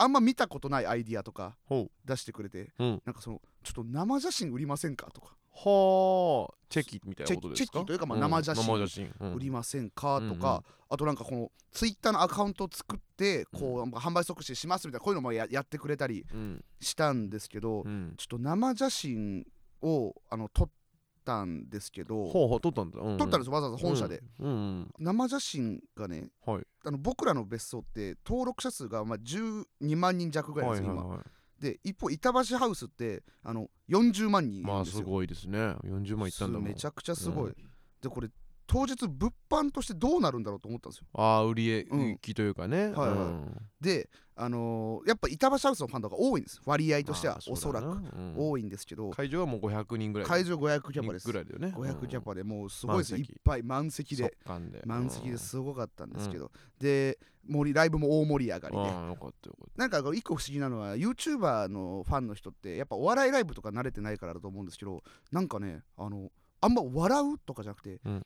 Speaker 2: あんま見たことないアイディアとか
Speaker 1: ほ
Speaker 2: 出してくれて、
Speaker 1: うん
Speaker 2: なんかそのちょっと生写真売りませんかとか、
Speaker 1: はあチェキみたいなことですか
Speaker 2: チェキチェキというかまあ生写真
Speaker 1: うん生写真うん
Speaker 2: 売りませんかと
Speaker 1: うんうん
Speaker 2: か、あとなんかこのツイッターのアカウントを作ってこう、販売促進しますみたいなこういうのもややってくれたり
Speaker 1: うん
Speaker 2: したんですけど、
Speaker 1: うん
Speaker 2: ちょっと生写真をあの撮ったんですけど
Speaker 1: ほうほう撮ったんだ、うん
Speaker 2: 撮ったんですよわざわざ本社で、
Speaker 1: うん、うん
Speaker 2: 生写真がね
Speaker 1: うんはい
Speaker 2: あの僕らの別荘って登録者数がまあ12万人弱ぐらいな
Speaker 1: は
Speaker 2: ん
Speaker 1: い
Speaker 2: で
Speaker 1: は
Speaker 2: す
Speaker 1: い
Speaker 2: よ、
Speaker 1: は
Speaker 2: 今で一方板橋ハウスってあの40万人い
Speaker 1: い
Speaker 2: る
Speaker 1: ま
Speaker 2: ん
Speaker 1: あ
Speaker 2: です
Speaker 1: す
Speaker 2: よ、
Speaker 1: ごいですね40万いったんだもん
Speaker 2: めちゃくちゃす
Speaker 1: う
Speaker 2: ごい、
Speaker 1: ん
Speaker 2: でこれ当日物販としてどうなるんだろうと思ったんですよ
Speaker 1: ああ売り
Speaker 2: うん
Speaker 1: 行きというかね、
Speaker 2: はいはいであのーやっぱ板橋ハウスのファンとか多いんです割合としてはおそらく、
Speaker 1: まあうだなうん
Speaker 2: 多いんですけど
Speaker 1: 会場はもう500人ぐらい
Speaker 2: 会場500キャパです
Speaker 1: ぐらいだよね
Speaker 2: 500キャパでもうすごいです
Speaker 1: 満
Speaker 2: いっ
Speaker 1: 席
Speaker 2: ぱい満席で
Speaker 1: 速乾で
Speaker 2: 満席ですごかったんですけど、で盛りライブも大盛り上がり
Speaker 1: うん
Speaker 2: で、
Speaker 1: ああよかったよかっ
Speaker 2: なんかこう一個不思議なのは YouTuber のファンの人ってやっぱお笑いライブとか慣れてないからだと思うんですけどなんかねあのあんま笑うとかじゃなくて、
Speaker 1: うん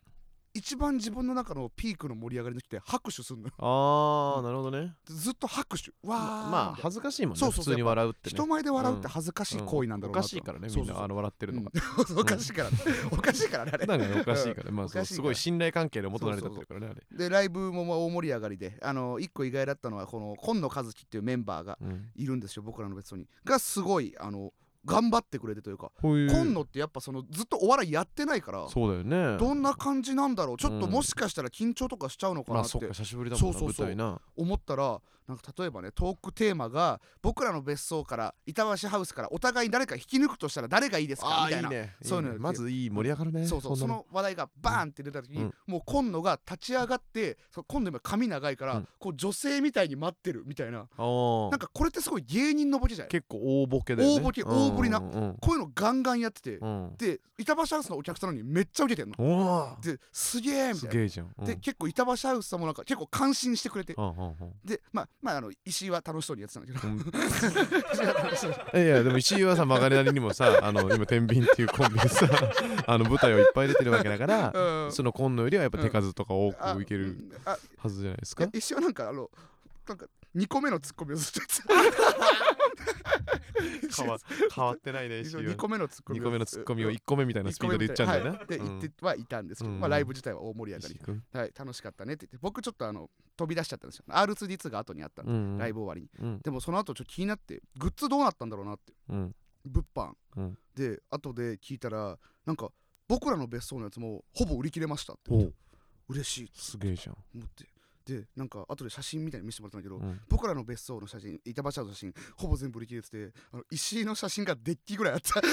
Speaker 2: 一番自分の中のピークの盛り上がりの時って拍手するのよ
Speaker 1: たああなるほどね
Speaker 2: ずっと拍手わー
Speaker 1: まあ
Speaker 2: みたいな
Speaker 1: 恥ずかしいもんね
Speaker 2: そう
Speaker 1: 普
Speaker 2: そう
Speaker 1: 通に笑うってね
Speaker 2: 人前で笑うって
Speaker 1: うん
Speaker 2: 恥ずかしい行為なんだろうな
Speaker 1: おか
Speaker 2: と
Speaker 1: しいからね
Speaker 2: そ
Speaker 1: み
Speaker 2: うんそう
Speaker 1: な
Speaker 2: そう
Speaker 1: あの笑ってるのが
Speaker 2: うん おかしいからねおかしいからねあれ
Speaker 1: なんかねおかしいからまあ
Speaker 2: おかしいか
Speaker 1: そう
Speaker 2: ら
Speaker 1: すごい信頼関係で元成り立ってるからねあれ
Speaker 2: でライブもまあ大盛り上がりであの一個意外だったのはこの今野和樹っていうメンバーが
Speaker 1: うん
Speaker 2: いるんですよ僕らの別荘にがすごいあの頑張ってくれてというか
Speaker 1: こういう
Speaker 2: 今野ってやっぱそのずっとお笑いやってないから
Speaker 1: そうだよね
Speaker 2: どんな感じなんだろうちょっと
Speaker 1: うん
Speaker 2: もしかしたら緊張とかしちゃうのか
Speaker 1: まあ
Speaker 2: なって
Speaker 1: そっか久しぶりだもんな
Speaker 2: そうそう
Speaker 1: 舞
Speaker 2: そう
Speaker 1: 台な
Speaker 2: 思ったらなんか例えばねトークテーマが僕らの別荘から板橋ハウスからお互いに誰か引き抜くとしたら誰がいいですか
Speaker 1: ああ
Speaker 2: み
Speaker 1: い
Speaker 2: たい
Speaker 1: い
Speaker 2: な
Speaker 1: ね
Speaker 2: そういうの
Speaker 1: いいねまずいい盛り上がるね
Speaker 2: そうそうそ
Speaker 1: んな
Speaker 2: の話題がバーンって出た時
Speaker 1: う
Speaker 2: に、
Speaker 1: ん
Speaker 2: もう今野が立ち上がってそう今野今髪長いから、
Speaker 1: うん
Speaker 2: こう女性みたいに待ってるみたいな
Speaker 1: あ
Speaker 2: なん
Speaker 1: あ
Speaker 2: かこれってすごい芸人のボケじゃない
Speaker 1: 結構大ボケだよね
Speaker 2: 大ボケ
Speaker 1: うん
Speaker 2: 大ぶりな
Speaker 1: うんうん
Speaker 2: こういうのガンガンやってて、
Speaker 1: うん
Speaker 2: で板橋ハウスのお客さんなのにめっちゃ受けてんの
Speaker 1: おお
Speaker 2: ですげえみた
Speaker 1: す
Speaker 2: いな
Speaker 1: げえじゃんうん
Speaker 2: で結構板橋ハウスさんもなんか結構感心してくれて
Speaker 1: うんうんうん
Speaker 2: でまあまああの石井は楽しそうにやってたんだけ
Speaker 1: う
Speaker 2: ど
Speaker 1: ん
Speaker 2: 石井は楽しそうに
Speaker 1: いやいやでも石井はさ曲がりなりにも さあの今天秤っていうコンビでさあの舞台をいっぱい出てるわけだから
Speaker 2: うん
Speaker 1: その今野よりはやっぱ手数とか多
Speaker 2: あ
Speaker 1: くいけ
Speaker 2: う
Speaker 1: る
Speaker 2: んあ
Speaker 1: はずじゃないですか
Speaker 2: いや石井はなんかあのなんか2個目のツッコミをずっと 言ってた
Speaker 1: 変わ変わってないね石井は
Speaker 2: 2個目のツッコミ
Speaker 1: 2個目のツッコミを
Speaker 2: 一
Speaker 1: 1個目みたいなスピードで言っちゃうんだよな
Speaker 2: はい、で
Speaker 1: う
Speaker 2: 言
Speaker 1: ん
Speaker 2: ってはいたんですけど、
Speaker 1: うん
Speaker 2: まあ、ライブ自体は大盛り上が
Speaker 1: 石井
Speaker 2: り、
Speaker 1: 君
Speaker 2: はい、楽しかったねって言って僕ちょっとあの飛び出しちゃったんですよ R2D2 が後にあったんで、
Speaker 1: うん
Speaker 2: ライブ終わりに
Speaker 1: うん
Speaker 2: でもその後ちょっと気になってグッズどうなったんだろうなって
Speaker 1: うん
Speaker 2: 物販、
Speaker 1: うん
Speaker 2: で後で聞いたらなんか僕らの別荘のやつもほぼ売り切れましたって
Speaker 1: おう
Speaker 2: 嬉しいと
Speaker 1: すげえじゃん
Speaker 2: 思ってでなんか後で写真みたいに見せてもらったんだけど、
Speaker 1: うん
Speaker 2: 僕らの別荘の写真板橋の写真ほぼ全部売り切れててあの石井の写真がデッキぐらいあった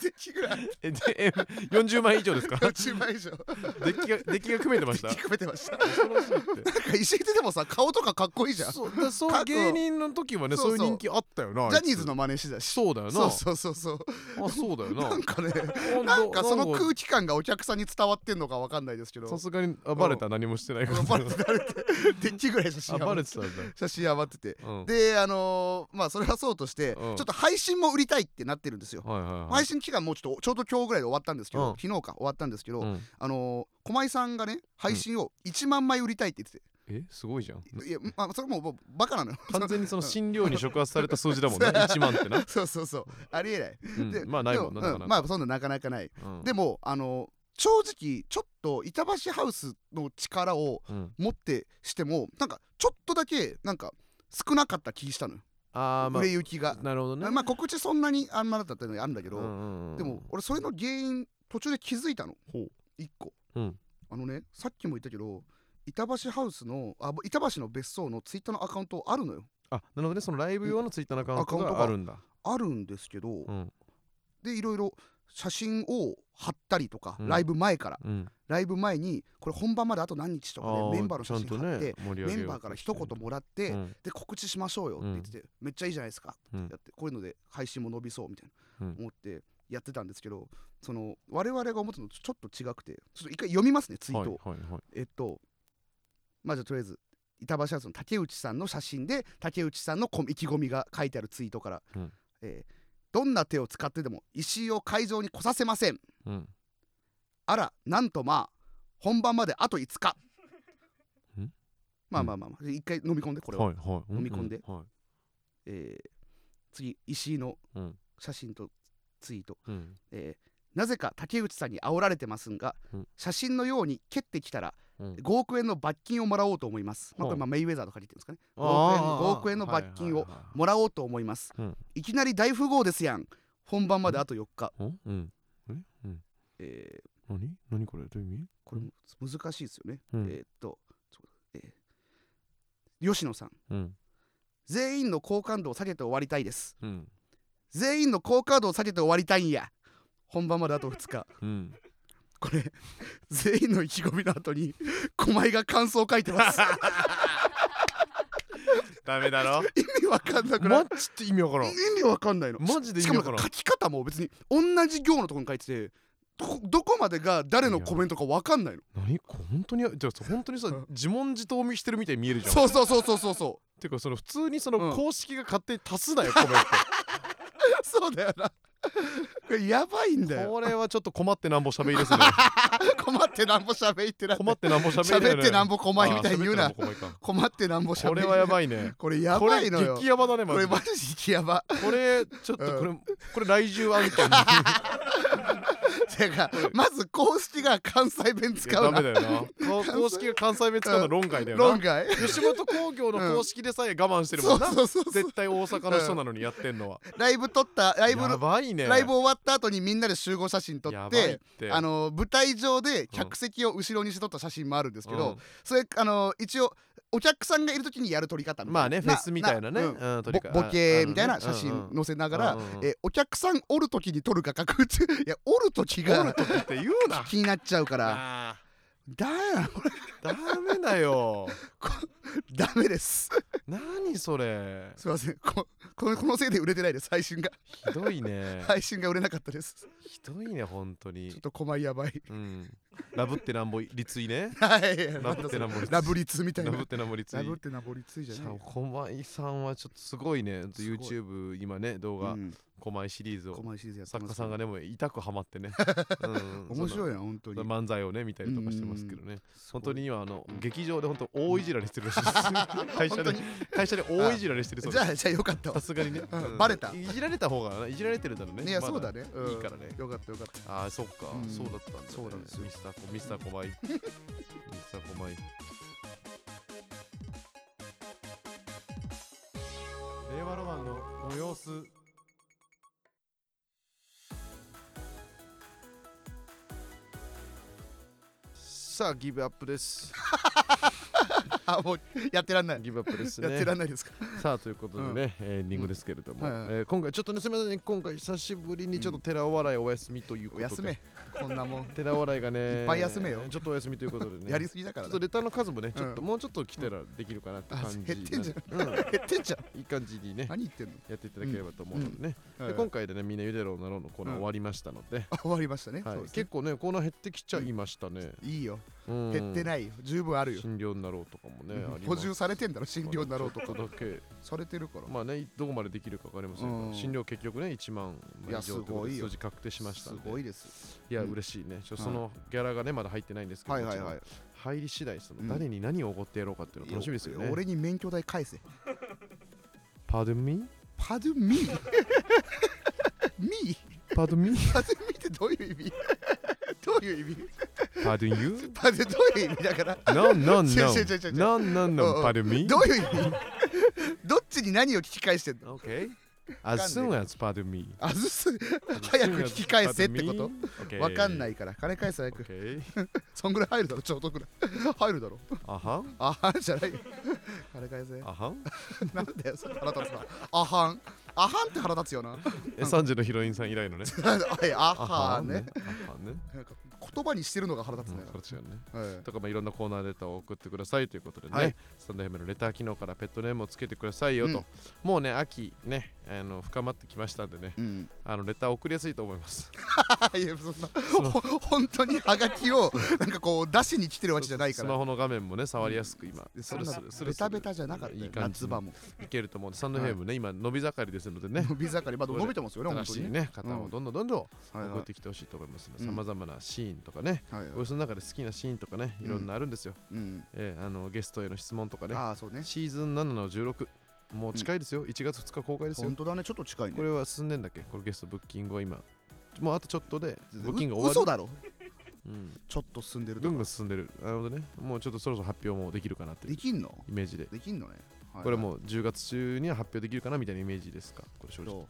Speaker 2: デッキぐらいあっ
Speaker 1: えでえ40万以上ですか
Speaker 2: た10枚以上
Speaker 1: デッキがデッキが組めてました
Speaker 2: デッキ組めてました
Speaker 1: 恐ろしいって
Speaker 2: なんか石井ってでもさ顔とかかっこいいじゃんジ
Speaker 1: そうだそう
Speaker 2: 過去
Speaker 1: 芸人の時はね
Speaker 2: そ
Speaker 1: そう
Speaker 2: そう
Speaker 1: ういう人気あったよなあいつ
Speaker 2: ャニーズの真似してたし
Speaker 1: そうだよな
Speaker 2: そうそうそうそう
Speaker 1: あそうだよな
Speaker 2: なんかね
Speaker 1: ほんと
Speaker 2: なんかその空気感がお客さんに伝わってんのかわかんないですけど
Speaker 1: さすがにあバレた何もしてないこと
Speaker 2: バレてたバレてたデッキぐらい写
Speaker 1: あバ
Speaker 2: 真余
Speaker 1: レ
Speaker 2: って
Speaker 1: たんだ
Speaker 2: 写真余ってて
Speaker 1: うん
Speaker 2: であのーまあそれはそうとして、
Speaker 1: うん
Speaker 2: ちょっと配信も売りたいってなってるんですよ、
Speaker 1: はいはいはい
Speaker 2: 配信期間もうちょっとちょうど今日ぐらいで終わったんですけど、
Speaker 1: うん
Speaker 2: 昨日か終わったんですけど、
Speaker 1: うん
Speaker 2: あのー、駒井さんがね配信を1万枚売りたいって言ってて、
Speaker 1: えすごいじゃん
Speaker 2: いやまあそれもうもうバカなのよ
Speaker 1: 完全にその診療に触発された数字だもんね1万ってな、
Speaker 2: そうそうそうありえない、
Speaker 1: うん
Speaker 2: で
Speaker 1: まあないもんな
Speaker 2: で
Speaker 1: な
Speaker 2: う
Speaker 1: かなか、
Speaker 2: まあそんななかなかない、
Speaker 1: うん
Speaker 2: でもあのー正直ちょっと板橋ハウスの力を
Speaker 1: うん
Speaker 2: 持ってしてもなんかちょっとだけなんか少なかった気したのよ、
Speaker 1: あーま
Speaker 2: 売れ行きが
Speaker 1: あ、なるほどね
Speaker 2: まあ告知そんなにあんまだったっていうのがあるんだけど、
Speaker 1: うんうんうん
Speaker 2: でも俺それの原因途中で気づいたの
Speaker 1: ほう
Speaker 2: 一個、
Speaker 1: うん
Speaker 2: あのねさっきも言ったけど板橋ハウスのあ板橋の別荘のツイッターのアカウントあるのよ
Speaker 1: あなるほどねそのライブ用のツイッターのアカウント
Speaker 2: アカウント
Speaker 1: が
Speaker 2: が
Speaker 1: あるんだ
Speaker 2: あるんですけど、
Speaker 1: うん
Speaker 2: でいろいろ写真を貼ったりとか、
Speaker 1: うん
Speaker 2: ライブ前から
Speaker 1: うん
Speaker 2: ライブ前にこれ本番まであと何日とか
Speaker 1: ー
Speaker 2: でメンバーの
Speaker 1: ち
Speaker 2: 写
Speaker 1: ゃん
Speaker 2: 真
Speaker 1: と
Speaker 2: 貼
Speaker 1: ね
Speaker 2: って、
Speaker 1: 盛り上げようとして
Speaker 2: メンバーから一言もらって、
Speaker 1: うん
Speaker 2: で告知しましょうよって言ってて、めっちゃいいじゃないですかっ
Speaker 1: う
Speaker 2: てや
Speaker 1: ん
Speaker 2: って、こういうので配信も伸びそうみたいな、
Speaker 1: うん
Speaker 2: 思ってやってたんですけどその我々が思ったのとちょっと違くてちょっと一回読みますねツイー
Speaker 1: はい
Speaker 2: トを、
Speaker 1: はいはい
Speaker 2: えっとまあじゃあとりあえず板橋ハウスの竹内さんの写真で竹内さんのこ意気込みが書いてあるツイートから、
Speaker 1: うん
Speaker 2: えーどんな手を使ってでも石井を会場に来させません
Speaker 1: うん
Speaker 2: あらなんとまあ本番まであと5日
Speaker 1: ん
Speaker 2: まあまあまあまあ一回飲み込んでこれを、
Speaker 1: はいはい
Speaker 2: 飲み込んで
Speaker 1: うはい
Speaker 2: えー次石井の
Speaker 1: うん
Speaker 2: 写真とツイート、
Speaker 1: うん
Speaker 2: えーなぜか竹内さんに煽られてますが、
Speaker 1: うん
Speaker 2: 写真のように蹴ってきたら
Speaker 1: うん
Speaker 2: 5億円の罰金をもらおうと思います、まあ、
Speaker 1: ほ
Speaker 2: こ
Speaker 1: う
Speaker 2: れまあメイウェザーとかに言ってるんですかね5億円
Speaker 1: あー
Speaker 2: 5億円の罰金を
Speaker 1: はいはいはいはい
Speaker 2: もらおうと思います、
Speaker 1: うん
Speaker 2: いきなり大富豪ですやん本番まであと4日、
Speaker 1: んうんえうん
Speaker 2: えー
Speaker 1: 何何これどういう意味
Speaker 2: これも難しいですよね、
Speaker 1: うん
Speaker 2: えーっと、ちょえー吉野さん
Speaker 1: うん
Speaker 2: 全員の好感度を下げて終わりたいです
Speaker 1: うん
Speaker 2: 全員の好感度を下げて終わりたいんや本番まであと2日
Speaker 1: うん
Speaker 2: これ全員の意気込みの後に狛江が感想を書いてます
Speaker 1: ダメだ ろ
Speaker 2: 意味わかんなくな
Speaker 1: マ
Speaker 2: い
Speaker 1: ジで意味わからん
Speaker 2: 意味わかんないの
Speaker 1: マジで意
Speaker 2: しか
Speaker 1: 味
Speaker 2: も
Speaker 1: わか
Speaker 2: なん
Speaker 1: ら
Speaker 2: か
Speaker 1: ん
Speaker 2: 書き方も別に同じ行のとこに書いててどこどこまでが誰のコメントかわかんないの
Speaker 1: 何これ本当にじゃあ本当にさ
Speaker 2: うん
Speaker 1: 自問自答してるみたいに見えるじゃん
Speaker 2: そうそうそうそうそうそう
Speaker 1: てかその普通にそうの
Speaker 2: ん
Speaker 1: 公式が勝手に足すなよコメン
Speaker 2: そうだよなこれやばいん だ
Speaker 1: ト
Speaker 2: よ
Speaker 1: これはちょっと困ってなんぼ喋りですね
Speaker 2: 困ってなんぼ喋ってな
Speaker 1: 困ってなんぼ喋りだよ
Speaker 2: 喋
Speaker 1: ね
Speaker 2: ってなん
Speaker 1: ぼ
Speaker 2: ぼ狛江みたいに言うな困ってなんぼ喋
Speaker 1: これはやばいね
Speaker 2: これやばいの
Speaker 1: こ
Speaker 2: よ
Speaker 1: れ激ヤバだね
Speaker 2: こ
Speaker 1: マ
Speaker 2: れ
Speaker 1: ジで
Speaker 2: マジでやば
Speaker 1: これちょっと
Speaker 2: うん
Speaker 1: これこれ来週案件
Speaker 2: てかまず公式が関西弁使う
Speaker 1: ダ
Speaker 2: な
Speaker 1: メだよなこ公式が関西弁使うの論外だよ
Speaker 2: 論
Speaker 1: な
Speaker 2: 外
Speaker 1: 吉本興業の公式でさえ我慢してる
Speaker 2: そ
Speaker 1: もん
Speaker 2: う
Speaker 1: な
Speaker 2: そうそうそう
Speaker 1: 絶対大阪の人なのにやってんのは
Speaker 2: ライブ撮ったライブ
Speaker 1: やばいね
Speaker 2: ライブ終わった後にみんなで集合写真撮
Speaker 1: や
Speaker 2: っ
Speaker 1: ばいってて
Speaker 2: あの舞台上で客席を後ろにして撮った写真もあるんですけど、
Speaker 1: うん
Speaker 2: それあの一応お客さんがいる時にやる撮り方みたいな
Speaker 1: まあねフェスみたいなね
Speaker 2: うん
Speaker 1: うん撮り方
Speaker 2: ぼボケ
Speaker 1: あ
Speaker 2: みたい
Speaker 1: あ
Speaker 2: な
Speaker 1: るね
Speaker 2: 写
Speaker 1: うん
Speaker 2: 真
Speaker 1: うん
Speaker 2: 載せながら、
Speaker 1: うんうんうん
Speaker 2: えーお客さんおる時に撮るか確認 いやおる時が
Speaker 1: おる時って言うな
Speaker 2: 気になっちゃうから
Speaker 1: あ
Speaker 2: だやこ
Speaker 1: ー
Speaker 2: れ
Speaker 1: ダメだよ
Speaker 2: ダメです
Speaker 1: 何それ
Speaker 2: すいませんここのこのせいで売れてないです配信が
Speaker 1: ひどいね
Speaker 2: 配信が売れなかったです
Speaker 1: ひどいね本当に
Speaker 2: ちょっと困りやばい
Speaker 1: うんラブってなんぼ立位ね
Speaker 2: はい
Speaker 1: ラブってなんぼ立位
Speaker 2: ラブリツみたい
Speaker 1: ラ
Speaker 2: な
Speaker 1: ブってなんぼ立
Speaker 2: ラ
Speaker 1: 位
Speaker 2: ブってなぼりついじゃ
Speaker 1: じ
Speaker 2: な
Speaker 1: ゃ
Speaker 2: い
Speaker 1: あ
Speaker 2: よ
Speaker 1: 駒井さんはちょっとすごいね
Speaker 2: すごい
Speaker 1: YouTube 今ね動
Speaker 2: う
Speaker 1: 画
Speaker 2: ん
Speaker 1: 駒井シリーズを
Speaker 2: 小前シリーズやって
Speaker 1: 作
Speaker 2: ま
Speaker 1: 家
Speaker 2: す
Speaker 1: さんがねもう痛くハマ ってねうん
Speaker 2: 面
Speaker 1: その
Speaker 2: 白いな本当に
Speaker 1: 漫才をね見たりとかしてますけどね
Speaker 2: すご
Speaker 1: 本
Speaker 2: い
Speaker 1: 当に今あの劇場で本当大いじられしてるらしい です会社
Speaker 2: 本
Speaker 1: で
Speaker 2: 当に
Speaker 1: 会社で大いじられしてるそう
Speaker 2: じ
Speaker 1: です
Speaker 2: ゃあじゃあよかったわ
Speaker 1: さすがにね
Speaker 2: うん
Speaker 1: うん
Speaker 2: バレた
Speaker 1: いじられた方がいじられてるだろうね
Speaker 2: ねいや
Speaker 1: ま
Speaker 2: そうだねうん
Speaker 1: いいからね
Speaker 2: よかったよかった
Speaker 1: ああそっか
Speaker 2: うん
Speaker 1: そうだったんだね
Speaker 2: そうなんですよ
Speaker 1: ミスターコミスター コマイミスターコマイ令和ロマンのご様子さあギブアップです
Speaker 2: あもうやってらんない
Speaker 1: ギブアップです
Speaker 2: やってら
Speaker 1: ね
Speaker 2: んないですか
Speaker 1: さあということでね、エンディングですけれども、
Speaker 2: うんはいはい
Speaker 1: えー今回ちょっとねすみませんね今回久しぶりにちょっと寺お笑いお休みということ
Speaker 2: お
Speaker 1: で、
Speaker 2: 休めこんなもん
Speaker 1: 寺笑いがね
Speaker 2: いっぱい休めよ
Speaker 1: ちょっとお休みということでね
Speaker 2: やりすぎだか
Speaker 1: ちょ
Speaker 2: ら
Speaker 1: っ
Speaker 2: ね
Speaker 1: とレターの数もね、ちょっと
Speaker 2: う
Speaker 1: もうちょっと来たらできるかなって感じ
Speaker 2: あ減ってんじ
Speaker 1: ゃん、
Speaker 2: 減ってんじゃん
Speaker 1: いい感じにね
Speaker 2: 何言ってんの
Speaker 1: やっていただければと思うのでね、
Speaker 2: はい
Speaker 1: で今回でねみんなゆでろうなろうのコーナー
Speaker 2: うん
Speaker 1: 終わりましたので、
Speaker 2: あ終わりましたね
Speaker 1: はい
Speaker 2: そうですね
Speaker 1: 結構ねコーナー減ってきちゃいましたね、
Speaker 2: いいよ
Speaker 1: うん
Speaker 2: 減ってないよ十分あるよ
Speaker 1: 診療になろうとかもね、あり
Speaker 2: 補
Speaker 1: ます
Speaker 2: 充されてんだろ診療になろうと
Speaker 1: ちょ
Speaker 2: か
Speaker 1: っとだけ
Speaker 2: されてるから
Speaker 1: まあねどこまでできるかわかりませんが、
Speaker 2: うん
Speaker 1: 診療結局ね1万以
Speaker 2: いや
Speaker 1: 上ということです
Speaker 2: ごいよ
Speaker 1: 数字確定しました
Speaker 2: す
Speaker 1: んで
Speaker 2: ごいです
Speaker 1: いや
Speaker 2: うん
Speaker 1: 嬉しいねちょそのギャラがねまだ入ってないんですけど、
Speaker 2: はいはいは
Speaker 1: もち
Speaker 2: い
Speaker 1: ろん入り次第その、
Speaker 2: うん
Speaker 1: 誰に何をおごってやろうかっていうの楽しみですよね
Speaker 2: 俺に免許代返せ
Speaker 1: パドゥミ
Speaker 2: パドゥミ ーミー
Speaker 1: パドゥミ
Speaker 2: パドゥミーってどういう意味どういう意味
Speaker 1: パドゥ ユ
Speaker 2: パドゥどういう意味だから
Speaker 1: ー ?No, no, no.
Speaker 2: 違う違う違う違う
Speaker 1: No, no,
Speaker 2: うんう
Speaker 1: no.
Speaker 2: ん
Speaker 1: パドゥミ
Speaker 2: どういう意味どっちに何を聞き返してんの
Speaker 1: ?Okay. As soon as パドゥミ。。
Speaker 2: あずす早く聞き返せってことわかんないいから金返せ早く
Speaker 1: Okay.
Speaker 2: そんぐらい入るだろちょうどぐらい入るだろ
Speaker 1: あはん
Speaker 2: あはんじゃないよ金返せ
Speaker 1: あはん
Speaker 2: なんだよそれ腹立つなあはんあはんって腹立つよな
Speaker 1: え、3時のヒロインさん以来のね。
Speaker 2: はいあはんね。
Speaker 1: あはんね。
Speaker 2: なんか言葉にしてるのが腹立つ
Speaker 1: うん
Speaker 2: ね、
Speaker 1: これ違うね。
Speaker 2: はい
Speaker 1: とかまあいろんなコーナーレターを送ってくださいということでね、
Speaker 2: はい
Speaker 1: スタンド FM のレター機能からペットネームをつけてくださいよと、
Speaker 2: うん
Speaker 1: もうね秋ねあの深まってきましたんでね
Speaker 2: うん、
Speaker 1: あのレター送りやすいと思います
Speaker 2: いやそんなほ 本当にハガキをなんかこう出しに来てるわけじゃないか
Speaker 1: スマ
Speaker 2: ら
Speaker 1: ホの画面もね触りやすく今、
Speaker 2: で
Speaker 1: ス
Speaker 2: そん
Speaker 1: ル
Speaker 2: な
Speaker 1: スルスル
Speaker 2: ベ
Speaker 1: スル
Speaker 2: タベタじゃなかった
Speaker 1: い
Speaker 2: よ
Speaker 1: い感じ
Speaker 2: 夏
Speaker 1: に
Speaker 2: 場も
Speaker 1: いけると思うんでスタンド FM ね、今伸び盛りですのでね
Speaker 2: 伸び盛りまだ伸び てますよね
Speaker 1: 新
Speaker 2: 本当
Speaker 1: しい
Speaker 2: に
Speaker 1: ね方をどんどんどんどん
Speaker 2: はい
Speaker 1: 送っ
Speaker 2: は
Speaker 1: てきてほしいと思いますの
Speaker 2: う
Speaker 1: で
Speaker 2: ん
Speaker 1: さまざまなシーンとかね、
Speaker 2: いはい
Speaker 1: およその中で好きなシーンとかねいろんなあるんですよ、
Speaker 2: うん
Speaker 1: ええあのゲストへの質問とかね
Speaker 2: ああそうね
Speaker 1: シーズン7の16もう近いですよ、1月2日公開ですよ
Speaker 2: 本当だねちょっと近い
Speaker 1: こ
Speaker 2: ね
Speaker 1: れは進んでんだっけこれゲストブッキングは今もうあとちょっとでブッキング終
Speaker 2: う
Speaker 1: わる
Speaker 2: 嘘だろ
Speaker 1: うん、
Speaker 2: ちょっと進んでる
Speaker 1: ぐ
Speaker 2: と
Speaker 1: んぐ
Speaker 2: か
Speaker 1: ん進んでるなるほどねもうちょっとそろそろ発表もできるかなっていう
Speaker 2: できんの
Speaker 1: イメージで
Speaker 2: できんのねはいはい
Speaker 1: これもう10月中には発表できるかなみたいなイメージですかこれ正直
Speaker 2: どう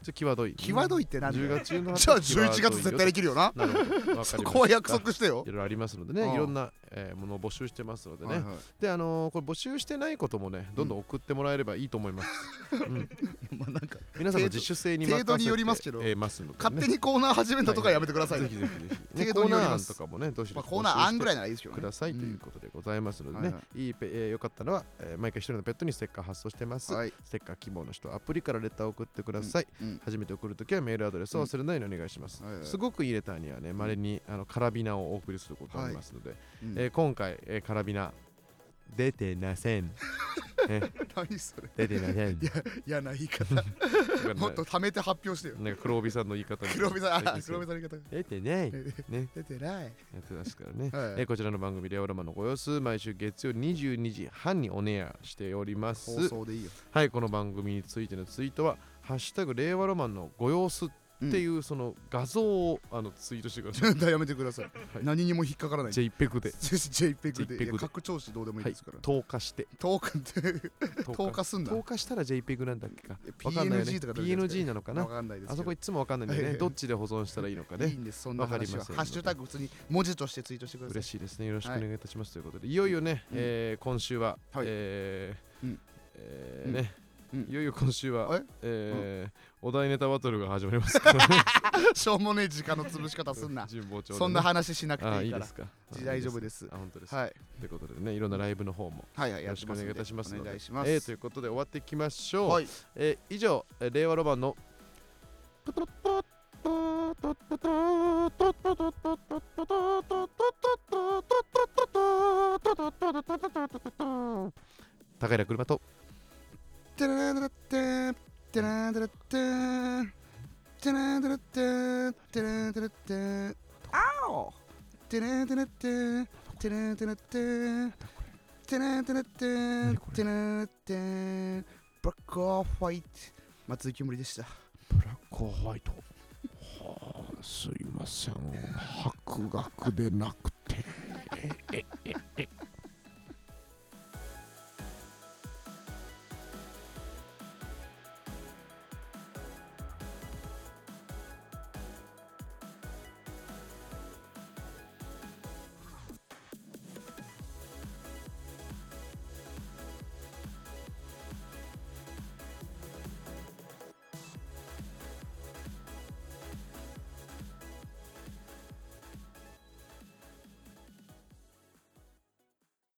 Speaker 1: ちょ際どい
Speaker 2: 際どいってなんだ
Speaker 1: 10
Speaker 2: よ
Speaker 1: 月中の
Speaker 2: じゃあ11月絶対できるよな
Speaker 1: なるほどわかりました
Speaker 2: そこは約束してよ
Speaker 1: いろいろありますのでね、
Speaker 2: うん
Speaker 1: いろんな、えーものを募集してますのでね、
Speaker 2: はいはい
Speaker 1: であのーこれ募集してないこともねどんどん送ってもらえればいいと思います、うん
Speaker 2: まあなんか
Speaker 1: 皆さんの自主性に任せて
Speaker 2: 程度によりますけど
Speaker 1: えーますのでね
Speaker 2: 勝手にコーナー始めたとかやめてください
Speaker 1: ぜ
Speaker 2: ね
Speaker 1: ひぜひぜひ、ね、
Speaker 2: 程
Speaker 1: コー
Speaker 2: 度によ
Speaker 1: ナ
Speaker 2: り
Speaker 1: ー
Speaker 2: ま
Speaker 1: 案
Speaker 2: す
Speaker 1: とかもねどうし
Speaker 2: まあコーナー案ぐらい
Speaker 1: い
Speaker 2: ならいいですよ
Speaker 1: く
Speaker 2: ね
Speaker 1: ださいという
Speaker 2: うん
Speaker 1: ことでございますのでね、
Speaker 2: はい
Speaker 1: い
Speaker 2: はい
Speaker 1: ペえーよかったのは、えー毎回一人のペットにステッカー発送してます、
Speaker 2: はい
Speaker 1: ステッカー希望の人はアプリからレターを送ってください、
Speaker 2: うん
Speaker 1: 初めて送るときはメールアドレスを忘れないようにお願いします、
Speaker 2: はいはい
Speaker 1: すごくいいレターにはねまれにあのカラビナをお送りすることがありますので、
Speaker 2: うん
Speaker 1: えー今回、えーカラビナ出てなせん
Speaker 2: 何それ
Speaker 1: 出てなせ ん
Speaker 2: 嫌な言い方もっと貯めて発表してよ
Speaker 1: なんか黒帯さんの言い方に
Speaker 2: 黒部さんあ
Speaker 1: 最近
Speaker 2: 黒部さんの言い方が
Speaker 1: 出てない
Speaker 2: え
Speaker 1: ね
Speaker 2: 出てない
Speaker 1: やってますからね、
Speaker 2: はい
Speaker 1: えーこちらの番組レオラマのご様子毎週月曜22時半にオンエアしております
Speaker 2: 放送でいいよ
Speaker 1: はいこの番組についてのツイートは「ハッシュタグ令和ロマンのご様子」って いうその画像をあのツイートしてください
Speaker 2: 絶対やめてください
Speaker 1: い
Speaker 2: 何にも引っかからない
Speaker 1: JPEG で、
Speaker 2: JPEG で
Speaker 1: JPEG で
Speaker 2: いや拡張子どうでもいい
Speaker 1: はい、
Speaker 2: ですから
Speaker 1: 投下 して
Speaker 2: 10日って10
Speaker 1: 10
Speaker 2: 日すんな
Speaker 1: 投下したら JPEG なんだっけか
Speaker 2: いや
Speaker 1: わかんないよね
Speaker 2: PNG とかどれですか
Speaker 1: PNG なのか
Speaker 2: わ
Speaker 1: な
Speaker 2: かんないですけど
Speaker 1: あそこいつもわかんないんで
Speaker 2: は
Speaker 1: ね
Speaker 2: い
Speaker 1: どっちで保存したらいいのか
Speaker 2: いい
Speaker 1: ね
Speaker 2: んですそんな話は
Speaker 1: わかりません
Speaker 2: ハッシュタグ普通に文字としてツイートしてください
Speaker 1: 嬉しいですねよろしくお願いいたしますということでいよいよね
Speaker 2: うん
Speaker 1: えー今週は
Speaker 2: はい
Speaker 1: えー
Speaker 2: うん
Speaker 1: えーね
Speaker 2: うん
Speaker 1: いよいよ今週は
Speaker 2: え
Speaker 1: えーお題ネタバトルが始まりますから
Speaker 2: しょうもねえ時間の潰し方すん な。
Speaker 1: 神保町でね
Speaker 2: そんな話しなく
Speaker 1: あ
Speaker 2: て
Speaker 1: ー
Speaker 2: い
Speaker 1: い
Speaker 2: い
Speaker 1: い
Speaker 2: か
Speaker 1: で
Speaker 2: ら
Speaker 1: す。かあ
Speaker 2: 大丈夫です
Speaker 1: あ本当ですか
Speaker 2: はい。
Speaker 1: ということでねいろんなライブの方も
Speaker 2: はいはい、
Speaker 1: よろしくお願いいたします
Speaker 2: お
Speaker 1: ので
Speaker 2: 願いします。
Speaker 1: えーということで終わっていきましょう
Speaker 2: はい。
Speaker 1: えー以上、えー令和ロマンの。高平車と
Speaker 2: てらららてんてらららてんてらららてんてらららてんあおてらららてんてらららてんてらららてんてらららてんブラックオファイト松井きむりでした。
Speaker 1: ブラックホワイト。すいません、博学でなくて。